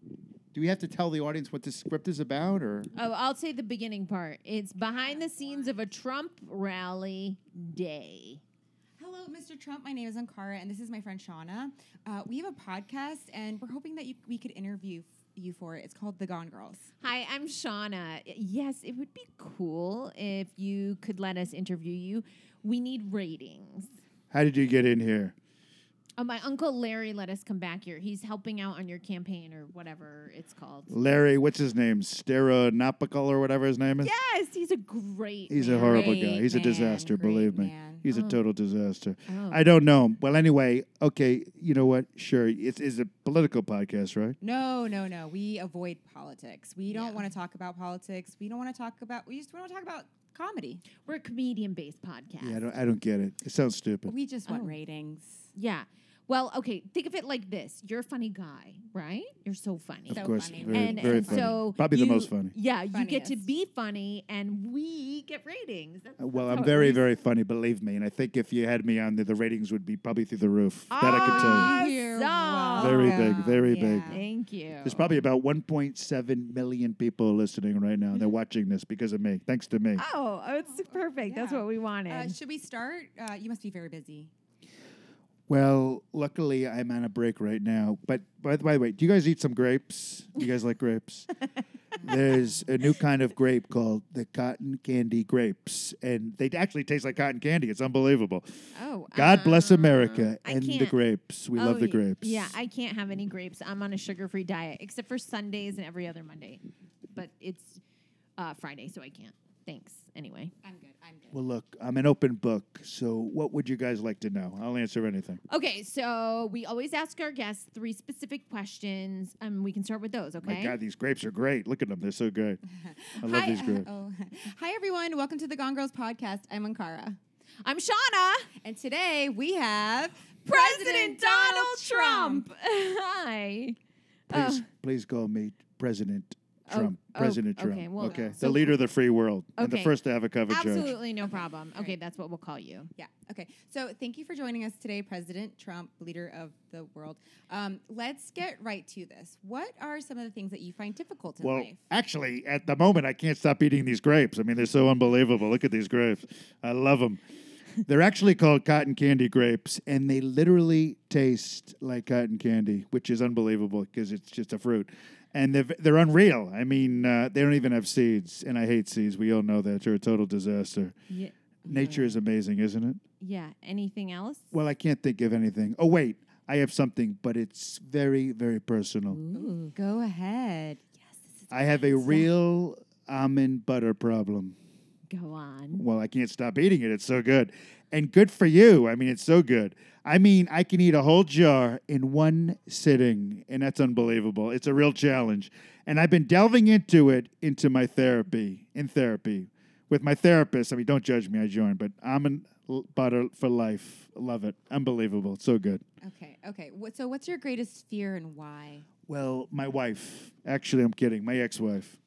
this.
Do we have to tell the audience what this script is about, or
Oh, I'll say the beginning part. It's behind the scenes of a Trump rally day.
Hello, Mr. Trump. My name is Ankara, and this is my friend Shauna. Uh, we have a podcast, and we're hoping that you, we could interview f- you for it. It's called The Gone Girls.
Hi, I'm Shauna. Yes, it would be cool if you could let us interview you. We need ratings.
how did you get in here?
Oh, my uncle Larry let us come back here. He's helping out on your campaign or whatever it's called.
Larry, what's his name? Stereonopical or whatever his name is.
Yes, he's a great.
He's a
man.
horrible
Great
guy. He's a
man,
disaster,
great
believe me.
man.
He's a
Oh.
total disaster.
Oh.
I don't know him. Well, anyway, okay, you know what? Sure, it's, it's a political podcast, right?
No, no, no. We avoid politics. We don't want to talk about politics. We don't want to talk about. We just want to talk about comedy.
We're a comedian based podcast.
Yeah, I don't, I don't get it. It sounds stupid.
We just want
Oh.
ratings.
Yeah. Well, okay, think of it like this: you're a funny guy, right? You're so funny.
Of
So
course,
funny.
very,
and,
very
and
funny.
so
Probably the
you-
most funny.
Yeah, you get to
Funniest.
be funny, and we get ratings. That's,
Uh, Well,
that's how
I'm
it
very,
works.
very funny, believe me. And I think if you had me on there, the ratings would be probably through the roof. That I can
Ah.
tell you. Very big, very big.
Uh,
Thank you.
There's probably about 1.7 million people listening right now. They're watching this because of me. Thanks to me.
Ah.
Oh, it's perfect. That's
Yeah.
what we wanted.
Uh, should we start? Uh, you must be very busy.
Well, luckily I'm on a break right now. But by the, by the way, do you guys eat some grapes? Do you guys like grapes? There's a new kind of grape called the cotton candy grapes, and they actually taste like cotton candy. It's unbelievable.
Oh,
God bless
uh,
America
I
and the
can't-
grapes. We
Oh,
love the
y-
grapes.
Yeah, I can't have any grapes. I'm on a sugar-free diet except for Sundays and every other Monday, but it's uh, Friday, so I can't. Thanks. Anyway,
I'm good. I'm good.
Well, look, I'm an open book. So, what would you guys like to know? I'll answer anything.
okay. So we always ask our guests three specific questions, and we can start with those. Okay.
Oh My God, these grapes are great. Look at them; they're so good. I love
Hi,
these grapes.
oh, hi everyone. Welcome to the Gone Girls podcast. I'm Ankara,
I'm Shauna.
and today we have
President Donald Trump.
Hi.
Please, please call me President
Oh,
Trump.
oh,
President
okay,
Trump.
well,
okay,
so-
the leader of the free world and the
Okay.
first to have a cover charge.
Absolutely no problem. Okay,
Great.
that's what we'll call you.
Yeah. Okay. So thank you for joining us today, President Trump, leader of the world. Um, let's get right to this. What are some of the things that you find difficult in
Well,
life?
actually, at the moment, I can't stop eating these grapes. I mean, they're so unbelievable. Look at these grapes. I love them. They're actually called cotton candy grapes, and they literally taste like cotton candy, which is unbelievable because it's just a fruit. And they're, v- they're unreal. I mean, uh, they don't even have seeds, and I hate seeds. We all know that. They're a total disaster.
Yeah.
Nature
Mm.
is amazing, isn't it?
Yeah. Anything else?
Well, I can't think of anything. Oh, wait. I have something, but it's very, very personal.
Mm.
Go ahead.
I have a real almond butter problem.
Go on.
Well, I can't stop eating it. It's so good. And good for you. I mean, it's so good. I mean, I can eat a whole jar in one sitting, and that's unbelievable. It's a real challenge. And I've been delving into it into my therapy, in therapy with my therapist. I mean, don't judge me, I joined, but almond l- butter for life. Love it. Unbelievable. It's so good.
Okay. Okay. What, so what's your greatest fear and why?
Well, my wife. Actually, I'm kidding. My ex wife.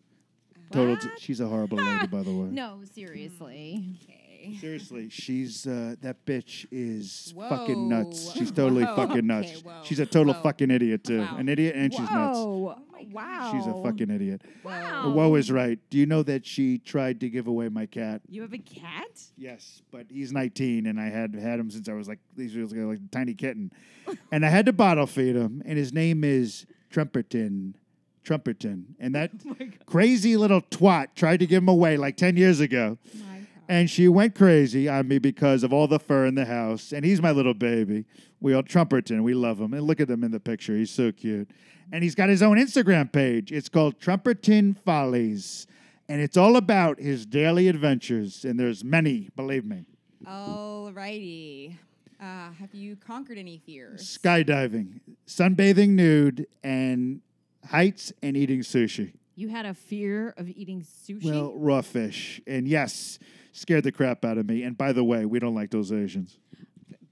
Total. d- She's a horrible lady, by the way.
No, seriously.
Okay.
Seriously, she's uh, that bitch is fucking nuts.
Whoa.
She's totally
Whoa.
fucking nuts.
Okay, whoa.
She's a total
Whoa.
fucking idiot too.
Wow.
An idiot and she's nuts.
Oh
Whoa.
Oh
wow.
She's a fucking idiot.
Wow.
Woe is right. Do you know that she tried to give away my cat?
You have a cat?
Yes, but he's 19, and I had had him since I was like these was like a tiny kitten, and I had to bottle feed him, and his name is Trumperton, Trumperton, and that crazy little twat tried to give him away like 10 years ago, and she went crazy on me because of all the fur in the house, and he's my little baby. We all Trumperton, we love him, and look at him in the picture, he's so cute, and he's got his own Instagram page. It's called Trumperton Follies and it's all about his daily adventures and there's many believe me
All righty. Uh, have you conquered any fears?
skydiving sunbathing nude and heights and eating sushi
You had a fear of eating sushi?
well raw fish and yes scared the crap out of me and by the way we don't like those asians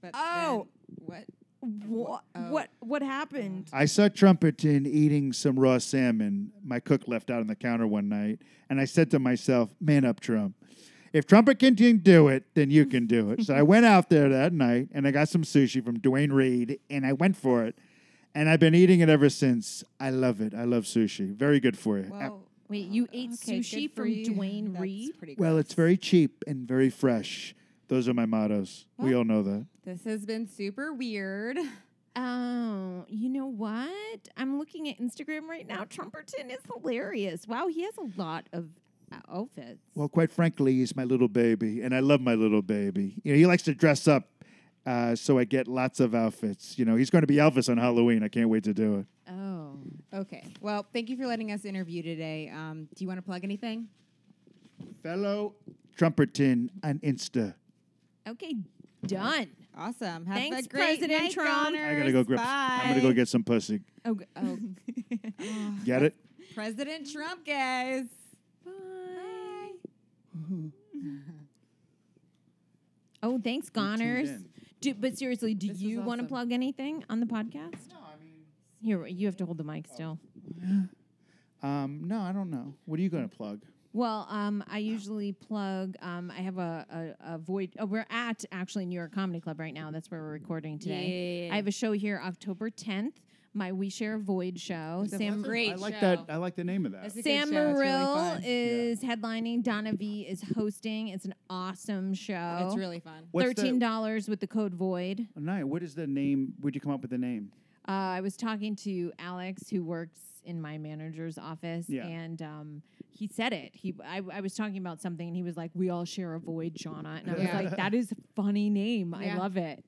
But
Oh.
then What?
What,
Oh.
what what happened?
i saw trumperton eating some raw salmon my cook left out on the counter one night and i said to myself man up trump if Trumperton can do it, then you can do it. so I went out there that night and I got some sushi from Dwayne Reed and I went for it. And I've been eating it ever since. I love it. I love sushi. Very good for you. Ap-
Well,
Wait, you ate
okay, good
sushi
for
from
you.
Dwayne
That's
Reed?
pretty
Well,
gross.
it's very cheap and very fresh. Those are my mottos. we all know that.
This has been super weird.
Oh, you know what? I'm looking at Instagram right now. Trumperton is hilarious. Wow, he has a lot of uh, outfits.
Well, quite frankly, he's my little baby, and I love my little baby. You know, he likes to dress up, uh, so I get lots of outfits. You know, he's going to be Elvis on Halloween. I can't wait to do it.
Oh.
Okay. Well, thank you for letting us interview today. Um, do you want to plug anything?
Fellow Trumperton on Insta.
Okay, done.
Awesome. Have
Thanks,
a great
President
night,
Trump.
I gotta go grip. I'm gonna go
Bye.
get some pussy.
Oh, g- oh.
Get it?
President Trump, guys.
oh, thanks, Goners.
in.
Do, but seriously, do
This is
you want to
awesome.
plug anything on the podcast?
No, I mean,
Here, you have to hold the mic
Oh.
still.
um, no, I don't know. What are you going to plug?
Well, um, I usually plug. Um, I have a a, a void. Oh, we're at actually New York Comedy Club right now. That's where we're recording today. I have a show here October tenth. My We Share Void show. Sam
great
I like
show.
that. I like the name of that.
That's a good
Sam
show. It's really
Morrill
fun.
is headlining. Donna V is hosting. It's an awesome show.
Oh.
It's really fun.
What's the-
thirteen dollars with the code Void.
Oh, nice. What is the name? Where'd you come up with the name?
Uh, I was talking to Alex, who works in my manager's office,
Yeah.
and um, he said it. He, I, I was talking about something, and he was like, "We all share a void, Shauna," and I was
Yeah.
like, "That is a funny name. I
Yeah.
love it."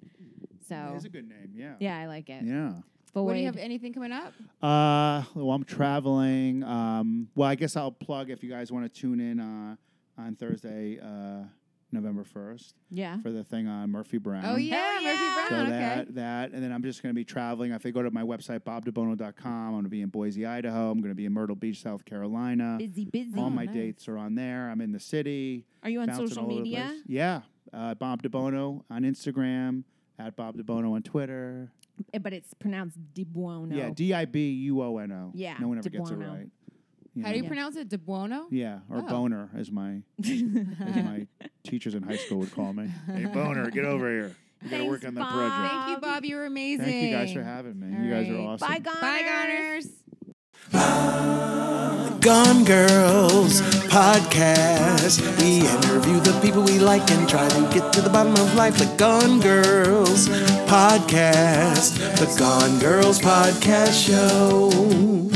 So
It's a good name. Yeah.
yeah, I like it.
Yeah.
Void.
What do you have? Anything coming up?
Uh, well, I'm traveling. Um, well, I guess I'll plug if you guys want to tune in uh, on Thursday, uh, November 1st,
yeah.
for the thing on Murphy Brown.
Oh yeah,
yeah.
Murphy
Um, So
Brown. okay.
that, that, and then I'm just going to be traveling. If they go to my website, bobdebono.com, I'm going to be in Boise, Idaho. I'm going to be in Myrtle Beach, South Carolina.
Busy, busy.
All my dates are on there. I'm in the city.
Are you on
bouncing
social
all over the
media?
place. Yeah. Uh, Bob DeBono on Instagram, at Bob DeBono on Twitter.
Eh, But it's pronounced Di Buono.
Yeah, D I B U O N O.
Yeah,
No one ever gets it
DeBuono.
right. You
How do you
know?
pronounce it? De Buono?
Yeah, or
Oh.
boner, as my as my teachers in high school would call me. Hey, boner, get over here. You got to work on
Thanks,
that
Bob.
project.
Thank you, Bob. You were amazing.
Thank you guys for having me.
All
you guys are
right.
awesome.
Bye, Goners.
Bye, Goners.
Gone Girls podcast. We interview the people we like and try to get to the bottom of life. The Gone Girls podcast. The Gone Girls podcast show.